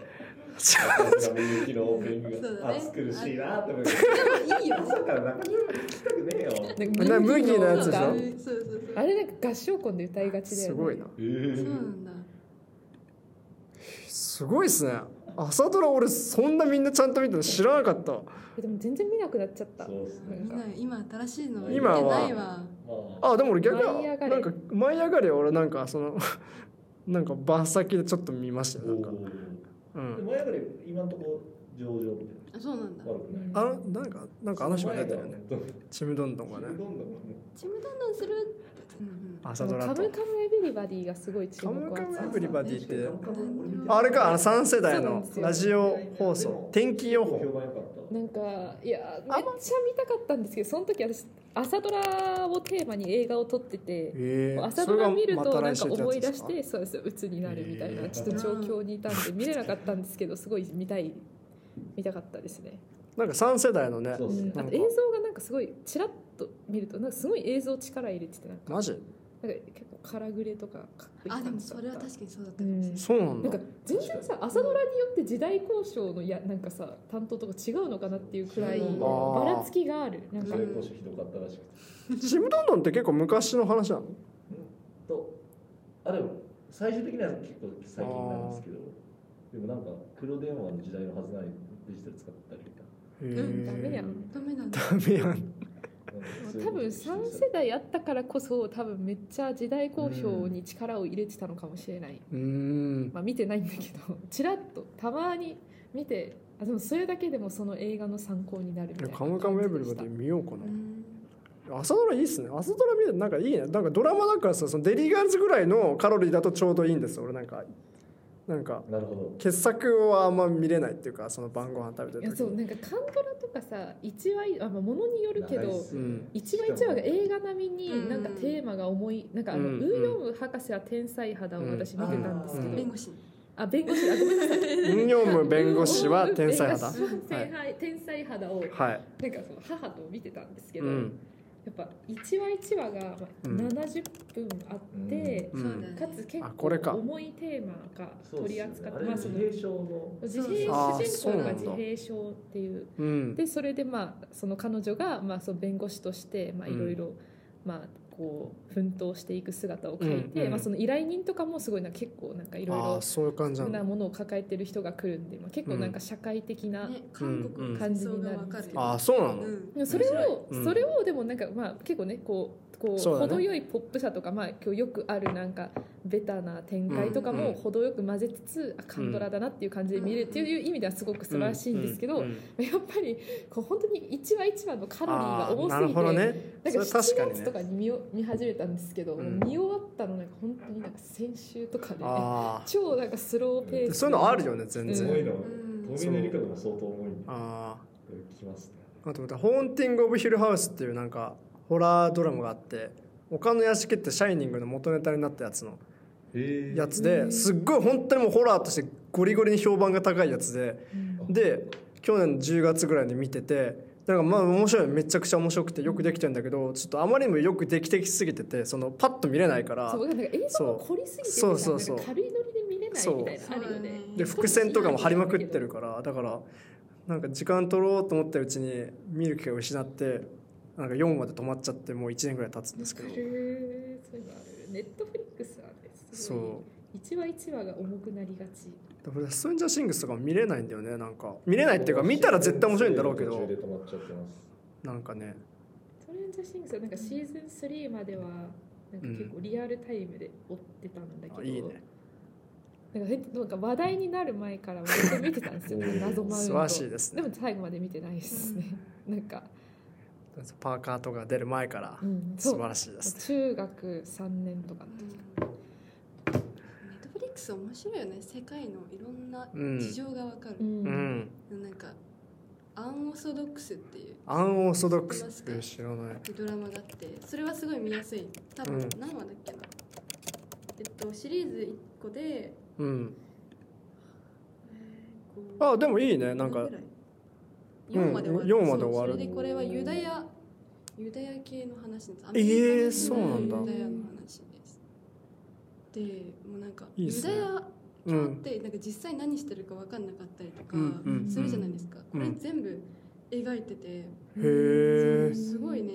D: 雪のオープニン
A: そう
D: グ
A: だ
D: が
A: ね
D: 暑苦しいなって思いま
A: でもいいよ
D: 朝から中島聞きたくねえよ
B: な麦のやつでし
C: な
B: ょ
C: んか
A: そうそうそう
C: あれなんか合唱コンで歌いがちだよ
B: す
C: ね
B: ごいな
D: え
A: そうな
D: ー
A: んだ
B: すごいっすね朝ドラ俺そんなみんなちゃんと見たの知らなかった
C: えでも全然見なくなっちゃった
D: そうっすね
A: 見ない今新しいの見て
B: 今は
A: ないわ
D: まあ
B: あでも俺逆
C: 舞い上
B: は
C: がれ
B: なんか舞い上がれは俺なんかその なんかバス先でちょっと見ましたよなんか
D: おー
B: うん
D: でもやっぱり今のところ上々みたい
A: あそうなんだ
D: な悪くない
B: あのなんかなんかあの人が出てるよね
D: どんどん
B: ちむどんどん
D: ど
B: が
D: んど
B: ね
D: ん
A: ちむどんどんするうんうん
B: 朝ドラ
C: カ
B: と
C: ムカムエビリバディがすごい注
B: カ
C: 目
B: ム
C: を
B: カ
C: 集
B: ムエ
C: め
B: ブリバディって
D: ィ
B: あれかあの3世代
C: そうなん
B: の
C: ですよ
B: ラジオ放送天気予報
D: 評判良かった
C: なんかいやめっちゃ見たかったんですけどその時私朝ドラをテーマに映画を撮ってて、
B: えー
C: 朝ドラ見る
B: それがま
C: と
B: た
C: なん
B: 来週
C: か
B: ってやつ
C: 思い出
B: です
C: し
B: か
C: てそうです鬱になるみたい
B: へ
C: な
B: ー
C: ちょっと状況にいたんで見れなかったんですけどすごい見たい見たかったですね、
B: なんか3世代のね
D: そうっすね
C: うんあと映像がなんかすごいちらっと見るとなんかすごい映像力入れててなんか
B: マジ
C: なんか結構カラグレとかかっこいい
A: あで
C: 感
A: も
C: じだ
A: そ
C: っ
A: れは
C: た
A: 確かにそうだったかもしれない、
B: そうなん
C: な
B: だ
C: んか全然さ朝ドラによって時代交渉のやなんかさ担当とか違うのかなっていうくらい
A: あー
C: ばらつきがあるなんか
D: 最高手ひどかったらしくて
B: ちむどんどんって結構昔の話なの
D: とあでも最終的には結構最近なんですけどでもなんか黒電話の時代のはずないデジタル使ったりとか
B: へ
A: ん
B: ー
C: ダメやん
A: ダメなんだ
B: ダメやん
C: 多分3世代あったからこそ多分めっちゃ時代交渉に力を入れてたのかもしれない、
B: うーん
C: まあ見てないんだけど ちらっとたまに見てあでもそれだけでもその映画の参考になるみたいな
B: カムカムエブリバデ
C: 感じ
B: ィ
C: でし
B: 見ようか
A: う
B: なん朝ドラいいっすね朝ドラ見るなんかいいねなんかドラマだからさそのデリーガールズぐらいのカロリーだとちょうどいいんです俺なんかなんか
D: なるほど
B: 傑作はあんま見れないっていうかその晩ご飯食べ
C: たい
B: てる
C: や
B: 時
C: そう
B: に
C: なんかカンドラとかさ1話あ、まあ、ものによるけど
B: うん
C: 一話一話が映画並み
A: う
C: に
A: ん
C: なんかテーマが重いなんかあの、
B: うん
C: ウーヨンウ博士は天才肌を私見てたんですけど、
B: うん
A: 弁護士
C: あ弁護士あごめんな さい
B: ウンヨンム弁護士は天才肌
C: 弁護士は天才天才肌を
B: はい
C: なんかその母と見てたんですけ
B: う
C: ど、
B: ん
C: やっぱ一話一話がまあ
B: うん
C: 70分あって、
B: う
A: そうんだね
C: かつ結
B: あこ
C: 構
B: れか
C: 重いテーマが取り扱って、
D: そう
C: まあ
D: です
C: そ
D: ねあ
C: の
D: れ自閉症の
C: 自閉
B: あー
C: 主人公が
B: そうな
C: 自
B: んだ
C: 閉症っていう
B: うん
C: でそれでまあその彼女がまあその弁護士としてまあ
B: うん
C: いろいろまあこう奮闘していく姿を描いて、
B: うんうん
C: まあその依頼人とかもすごいな結構なんかいろい
B: ああ
C: ろ
B: ーそういう感じなんだ
C: なものを抱えてる人が来るんで、まあ、結構なんか社会的な、
A: ね韓国の
C: うん
A: 感想がわかる、
B: ああそうな
A: う
B: の
A: ん
C: でもそれを、
B: うん
C: それをでもなんかまあ結構ねこうこう
B: そうだね
C: 程よいポップさとか、まあ、今日よくあるなんかベタな展開とか
B: うんう
C: も
B: ん
C: 程よく混ぜつつ、あカンドラだなっていう感じで見るっていう意味ではすごく素晴らしいんですけど、
B: うう
C: やっぱりこう本当に一話一話のカロリー
B: あー
C: が重す
B: な
C: ぎ
B: る
C: て
B: ほどね
C: なんか7
B: それ確かに
C: 月
B: ね
C: とかに見よ見始めたんですけど、
B: うん
C: 見終わったのなんか本当になんか先週とかで
B: あ
C: 超なんかスローペー
B: あ
C: ス
B: そういうのあるよね全
D: 重
B: 然、
D: いの
A: うん
D: 透明の理科でも相当重いんで
B: ああ
D: 聞きますね
B: あとまた「ホーンティング・オブ・ヒル・ハウス」っていうなんかホラードラマがあって丘の屋敷って「シャイニング」の元ネタになったやつの
D: へ
B: やつですっごい本当にもうホラーとしてゴリゴリに評判が高いやつでで去年10月ぐらいに見ててなんかまあ面白いめちゃくちゃ面白くてよくできてるんだけどちょっとあまりにもよくできてきすぎててそのパッと見れないから
C: そうなんか映像が凝りすぎて
B: そうそうそう
C: なんか軽いノリで見れないみたいなのあるよね
A: そう
B: で伏線とかも張りまくってるからだからなんか時間取ろうと思ったうちに見る機会を失ってなんか4まで止まっちゃってもう1年ぐらい経つんですけど
C: へえそういうのあるネットフリックスはねす
B: そ
C: ごいう一話一話が重くなりがち
B: でも俺ストレンジャーシングスとかも見れないんだよねなんか見れないっていうか見たら絶対面白いんだろうけ
D: 途中
B: ど
D: で止まっちゃってます
B: なんかね
C: トレンジャーシングスはなんかシーズン3まではなんか結構リアルタイムで追ってたんだけど、
B: あいいね
C: なんかへなんか話題になる前から割と見てたんですよ
D: うん
C: 謎マウン
B: 素晴
C: ト
B: らしいですね
C: でも最後まで見てないですね、なんか、
B: パーカーとか出る前から
C: うん、そ
B: 素
C: う
B: 晴らしいですね
C: 中学3年とかの時
A: ネットフリックス面白いよね世界のいろんな
B: うん
A: 事情がわかる、
B: うん、
A: なんかアンオーソドックスっていう
B: アンオーソドックスって知らない
A: ドラマがあってそれはすごい見やすい多分
B: うん
A: 何話だっけな、えっとシリーズ1個で、
B: うん
A: えーこう
B: あでもいいねなんか
A: 何ぐらい4まで終わる,、
B: うん4まで終わる
A: それでこれはユダヤユダヤ系の話ですアメリカ
B: えー
A: の
B: そうなんだ
A: ユダヤの話ですでもうなんか
B: いいっすね
A: ユダヤ
B: う
A: 教っ
B: ん
A: てなんか実際何してるか分かんなかったりとか
B: うんうん
A: するじゃないですか、
B: うん
A: これ全部描いてて、
B: へえ
A: すごいね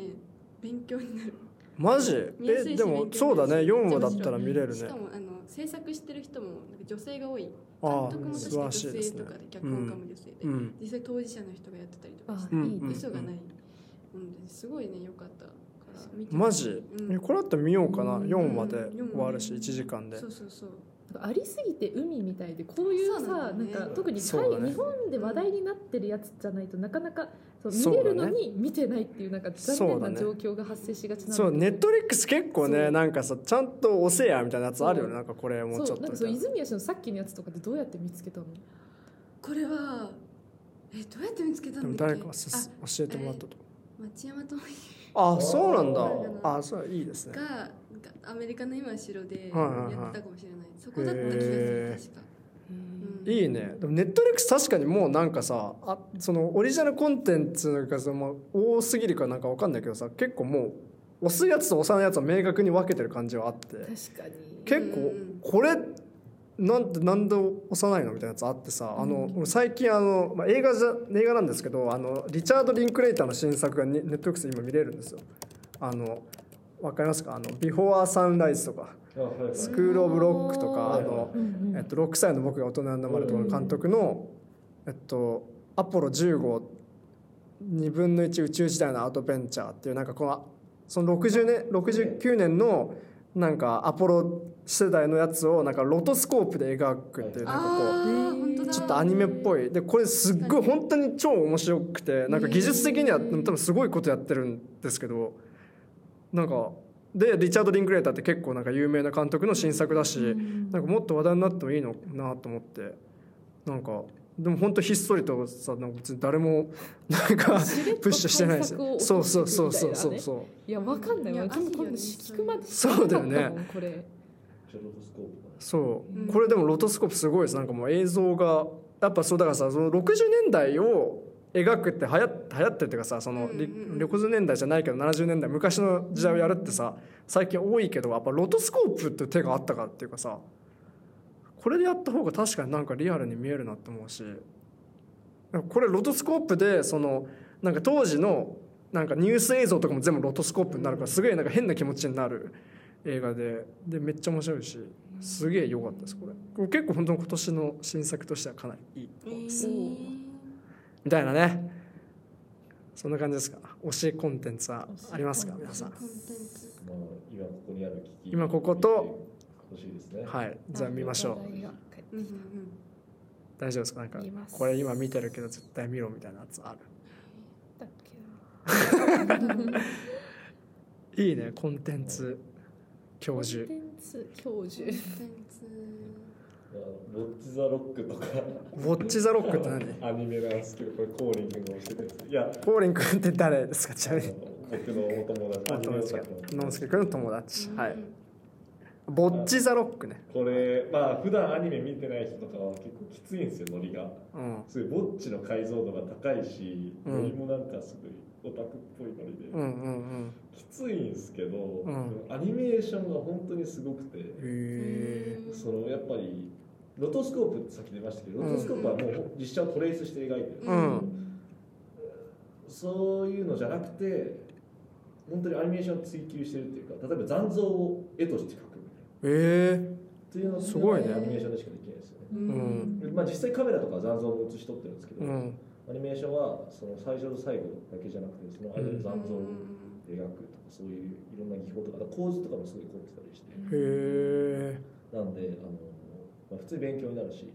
A: 勉強になる
B: マジ
A: 見やすい
B: え
A: し
B: でも
A: 勉強になるし
B: そうだね4話だったら見れる
A: し
B: ね
A: かもあの制作してる人もなんか女性が多い監
B: ああ
A: 督も
B: 素
A: 確
B: 晴
A: から
B: しい
A: 女
B: で
A: 性
B: すね
A: とかで脚本家も女性で、
B: うん
A: 実際当事者の人がやってたりとかし
C: あ
A: て、
B: うん
C: いいね、
B: うん
A: 嘘がない、うん、すごいね良かったから見て
B: マジ
A: うん
B: えこれだったら見ようかな
C: うん
B: 4話で
A: うん
B: 終わるし1時間で
A: そうそうそう
C: ありすぎて海みたいでこういう
A: そう
C: さ
A: な
C: なん
A: だよ
C: ん
A: ね
C: か特に
B: そうだ
C: 海
B: ね
C: 日本で話題になってるやつじゃないとなかなかそう
B: そう
C: 見
B: だ
C: れ
B: ね
C: るのに見てないっていうなんか残念な状況が発生しがちな
B: そうネットフリックス結構
C: そ
B: ね
C: う
B: なんかさちゃんと押せやみたいなやつあるよね
C: そう
B: なんかこれもうち
C: そ
B: ょっ
C: うな
B: と
C: ん
B: みた
C: かそう
B: いな
C: 泉谷氏のさっきのやつとかってどうやって見つけたの
A: これはえどうやって見つけた
B: でも
A: んだっけ
B: 誰かすす教えてもらったと
A: あ町山智
B: あそうなん
D: あ
B: だあそういいです
A: 之
B: ね
A: がなんかアメリカの今城で
B: はいはいはい
A: やってたかもしれないそこだった気がする
B: へー
A: 確か
B: いいねでもネットフリックス確かにもうなんかさあそのオリジナルコンテンツがその多すぎるかなんかわかんないけどさ結構もう押すやつと押さないやつを明確に分けてる感じはあって
C: 確かに
B: 結構
A: うん
B: これなんでなんで押さないのみたいなやつあってさあの俺最近あの、まあ、映画じゃ映画なんですけどあのリチャード・リンクレイターの新作がネットフリックス今見れるんですよ。あのわかりますかあのビフォーサンライズとか
D: あはいはい
B: スクールオブロックとかあ
D: うん
B: の
C: うんうん
B: えっと、6歳の僕が大人になまるところの監督の、えっと、アポロ10号2分の1宇宙時代のアドベンチャーっていうなんかこのその60年69年のなんかアポロ世代のやつをなんかロトスコープで描くっていうなんかこう。
A: あー本当だ
B: ちょっとアニメっぽいでこれすっごい本当に超面白くてなんか技術的には多分すごいことやってるんですけどなんかでリチャード・リンクレーターって結構なんか有名な監督の新作だしなんかもっと話題になってもいいのかなと思ってなんかでも本当ひっそりとさなんか別に誰もなんか
C: れっと
B: プッシュしてないです
C: 対策を
B: よそうそうそうそう
C: 起こしていくみた
B: そ
C: いなね
B: うそう
C: いやわかんない
A: いや
C: わで
A: あ
C: も
A: る
C: こ
A: よ
C: の
A: ね
C: 聞くまで
B: そうだよね
C: 知らなかったもんこれ
D: じゃあロトスコープか
B: そう、
A: うん
B: これでもロトスコープすごいですなんかもう映像がやっぱそうだからさその60年代を描くってはや流行ってるっていうかさその、
A: うんうん
B: り
A: うん
B: 60年代じゃないけど70年代昔の時代をやるってさ最近多いけどやっぱロトスコープって手があったからっていうかさこれでやった方が確かになんかリアルに見えるなって思うしなんかこれロトスコープでそのなんか当時のなんかニュース映像とかも全部ロトスコープになるからすげえなんか変な気持ちになる映画ででめっちゃ面白いしすげえ良かったですこれこれ結構本当に今年の新作としてはかなりいい
A: えー
B: みたいなねそんな感じですか推しコンテンツはありますか皆さん
A: コンテンツ
D: まあ今ここにある危機
B: 今ここと
D: 欲しいですね
B: はいじゃあ見ましょう
A: うんうん
B: 大丈夫ですかなんか
C: 見ます
B: これ今見てるけど絶対見ろみたいなやつあ
C: だっけな
B: るいいねコンテンツ 教授
C: コンテンツ教授
A: コンテンツ
D: あのロッチ・ザ・ロックとか
B: ウォッチ・ザ・ロックって何
D: アニメなんですけどこれコーリン君が推してたやついや
B: コーリン君って誰ですかちなみに
D: 僕のお友達
B: あ友達かノンスケ君の友達はい
A: うん
B: ボッチ・ザ・ロックね
D: これまあ普段アニメ見てない人とかは結構きついんですよノリが
B: うん
D: そういうぼっちの解像度が高いし
B: うん
D: ノリもなんかすごいオタクっぽいノリで、
B: うんうん
D: きついんですけど、
B: ん
D: でもアニメーションが本当にすごくて、
B: うんへえ
D: そのやっぱりロトスコープってさっき出ましたけどロトスコープはもう実写をトレースして描いてる、
B: うん
D: そういうのじゃなくて本当にアニメーションを追求してるっていうか例えば残像を絵として描くみたいな
B: え
D: っていうのって
B: すごいね
D: アニメーションでしかできないですよね
A: う
B: うんん
D: まあ、実際カメラとかは残像も写し取ってるんですけ
B: えう
D: ど、
B: ん
D: アニメーションはその最初と最後だけじゃなくてその間の残像を描くとかそういういろんな技法とか構図とかもすごい凝ってたりして
B: へえ
D: なんであの、まあ、普通に勉強になるし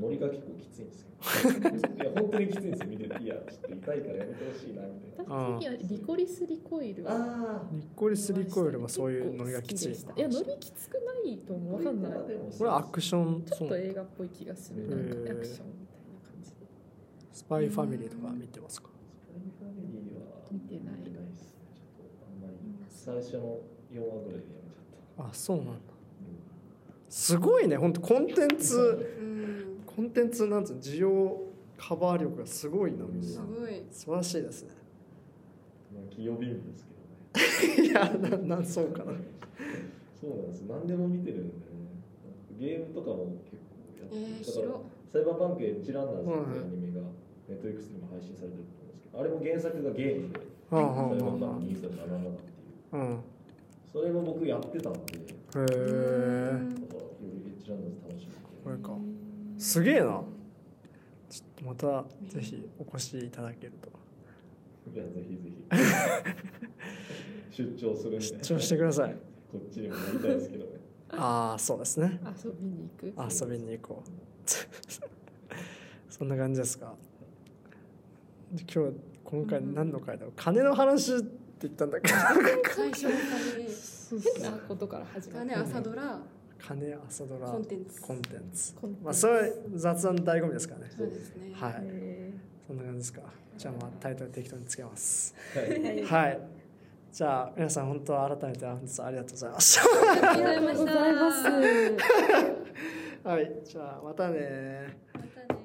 D: ノリが結構きついんですよ いや本当にきついんですよ見てていやちょっと痛いからやめてほしいなみたいな
C: 私的にはリコリスリコイルは
D: あ
B: リコリス・リコイルもそういうノリがきつい
C: 結構好でしたいやノリきつくないと思うわかんない
B: これアクション
C: ち
B: そ
C: ょっと
B: う
C: 映画っぽい気がする
D: うん
C: なんかアクションみたいな感じで
B: スパイファミリーとか見てますか
D: ファミリーは
C: 見てない
D: 見ですねちょっとあんまり最初の4話ぐらいでやめちゃった
B: あそうなんだ
D: うん
B: すごいね本当コンテンツ
A: うん
B: コンテンツなんつうの需要カバー力がすごいなみん
A: す
B: な
A: ごい
B: 素晴らしいですね
D: まあ、器用貧乏ですけどね
B: いやななんそうかな
D: そうなんです何でも見てるんでねゲームとかも結構やって
A: えー
D: る、だから
A: 広
D: サイバーパンクエッジランナーズって
B: はい
D: い
B: は
D: うア
B: い
D: ニメがネットフリックスにも配信されてると思うんですけどあれも原作がゲームで「
B: はあはあ
D: サイバーパン
B: は
D: ク2077」っていう
B: あうん
D: それも僕やってたんでだか
B: へえ
D: らよりエッジランナーズ楽しみ
B: こ
D: で
B: れかすげえなちょっとまたぜひお越しいただけると
D: いやぜひ ぜひ出張するんで
B: 出張してください
D: こっちにも乗りたいですけどね
B: ああそうですね
C: 遊びに行く
B: 遊びに行こう そんな感じですかで今日今回何の回だろう金の話って言ったんだっけど
A: 最初の
C: 変なことから始ま
A: 金が
C: る
A: ね朝ドラ
B: 金朝ドラ
A: コンテンツ
B: コンテンツ
C: コンテンツ
B: まあそれは雑談の醍醐味ですからね
A: そうですね
B: はい
C: え
B: そんな感じですかじゃあまあタイトル適当につけます
D: はい
B: はいじゃあ皆さん本当改めて本日はありがとうございました
A: あり
C: ーあり
A: が
C: が
A: とうご
C: とうご
A: ざ
C: ざ
A: い
C: い
A: ま
C: ま
A: し
C: す
A: た。
E: は
B: あ
E: いじゃあまたね
B: またね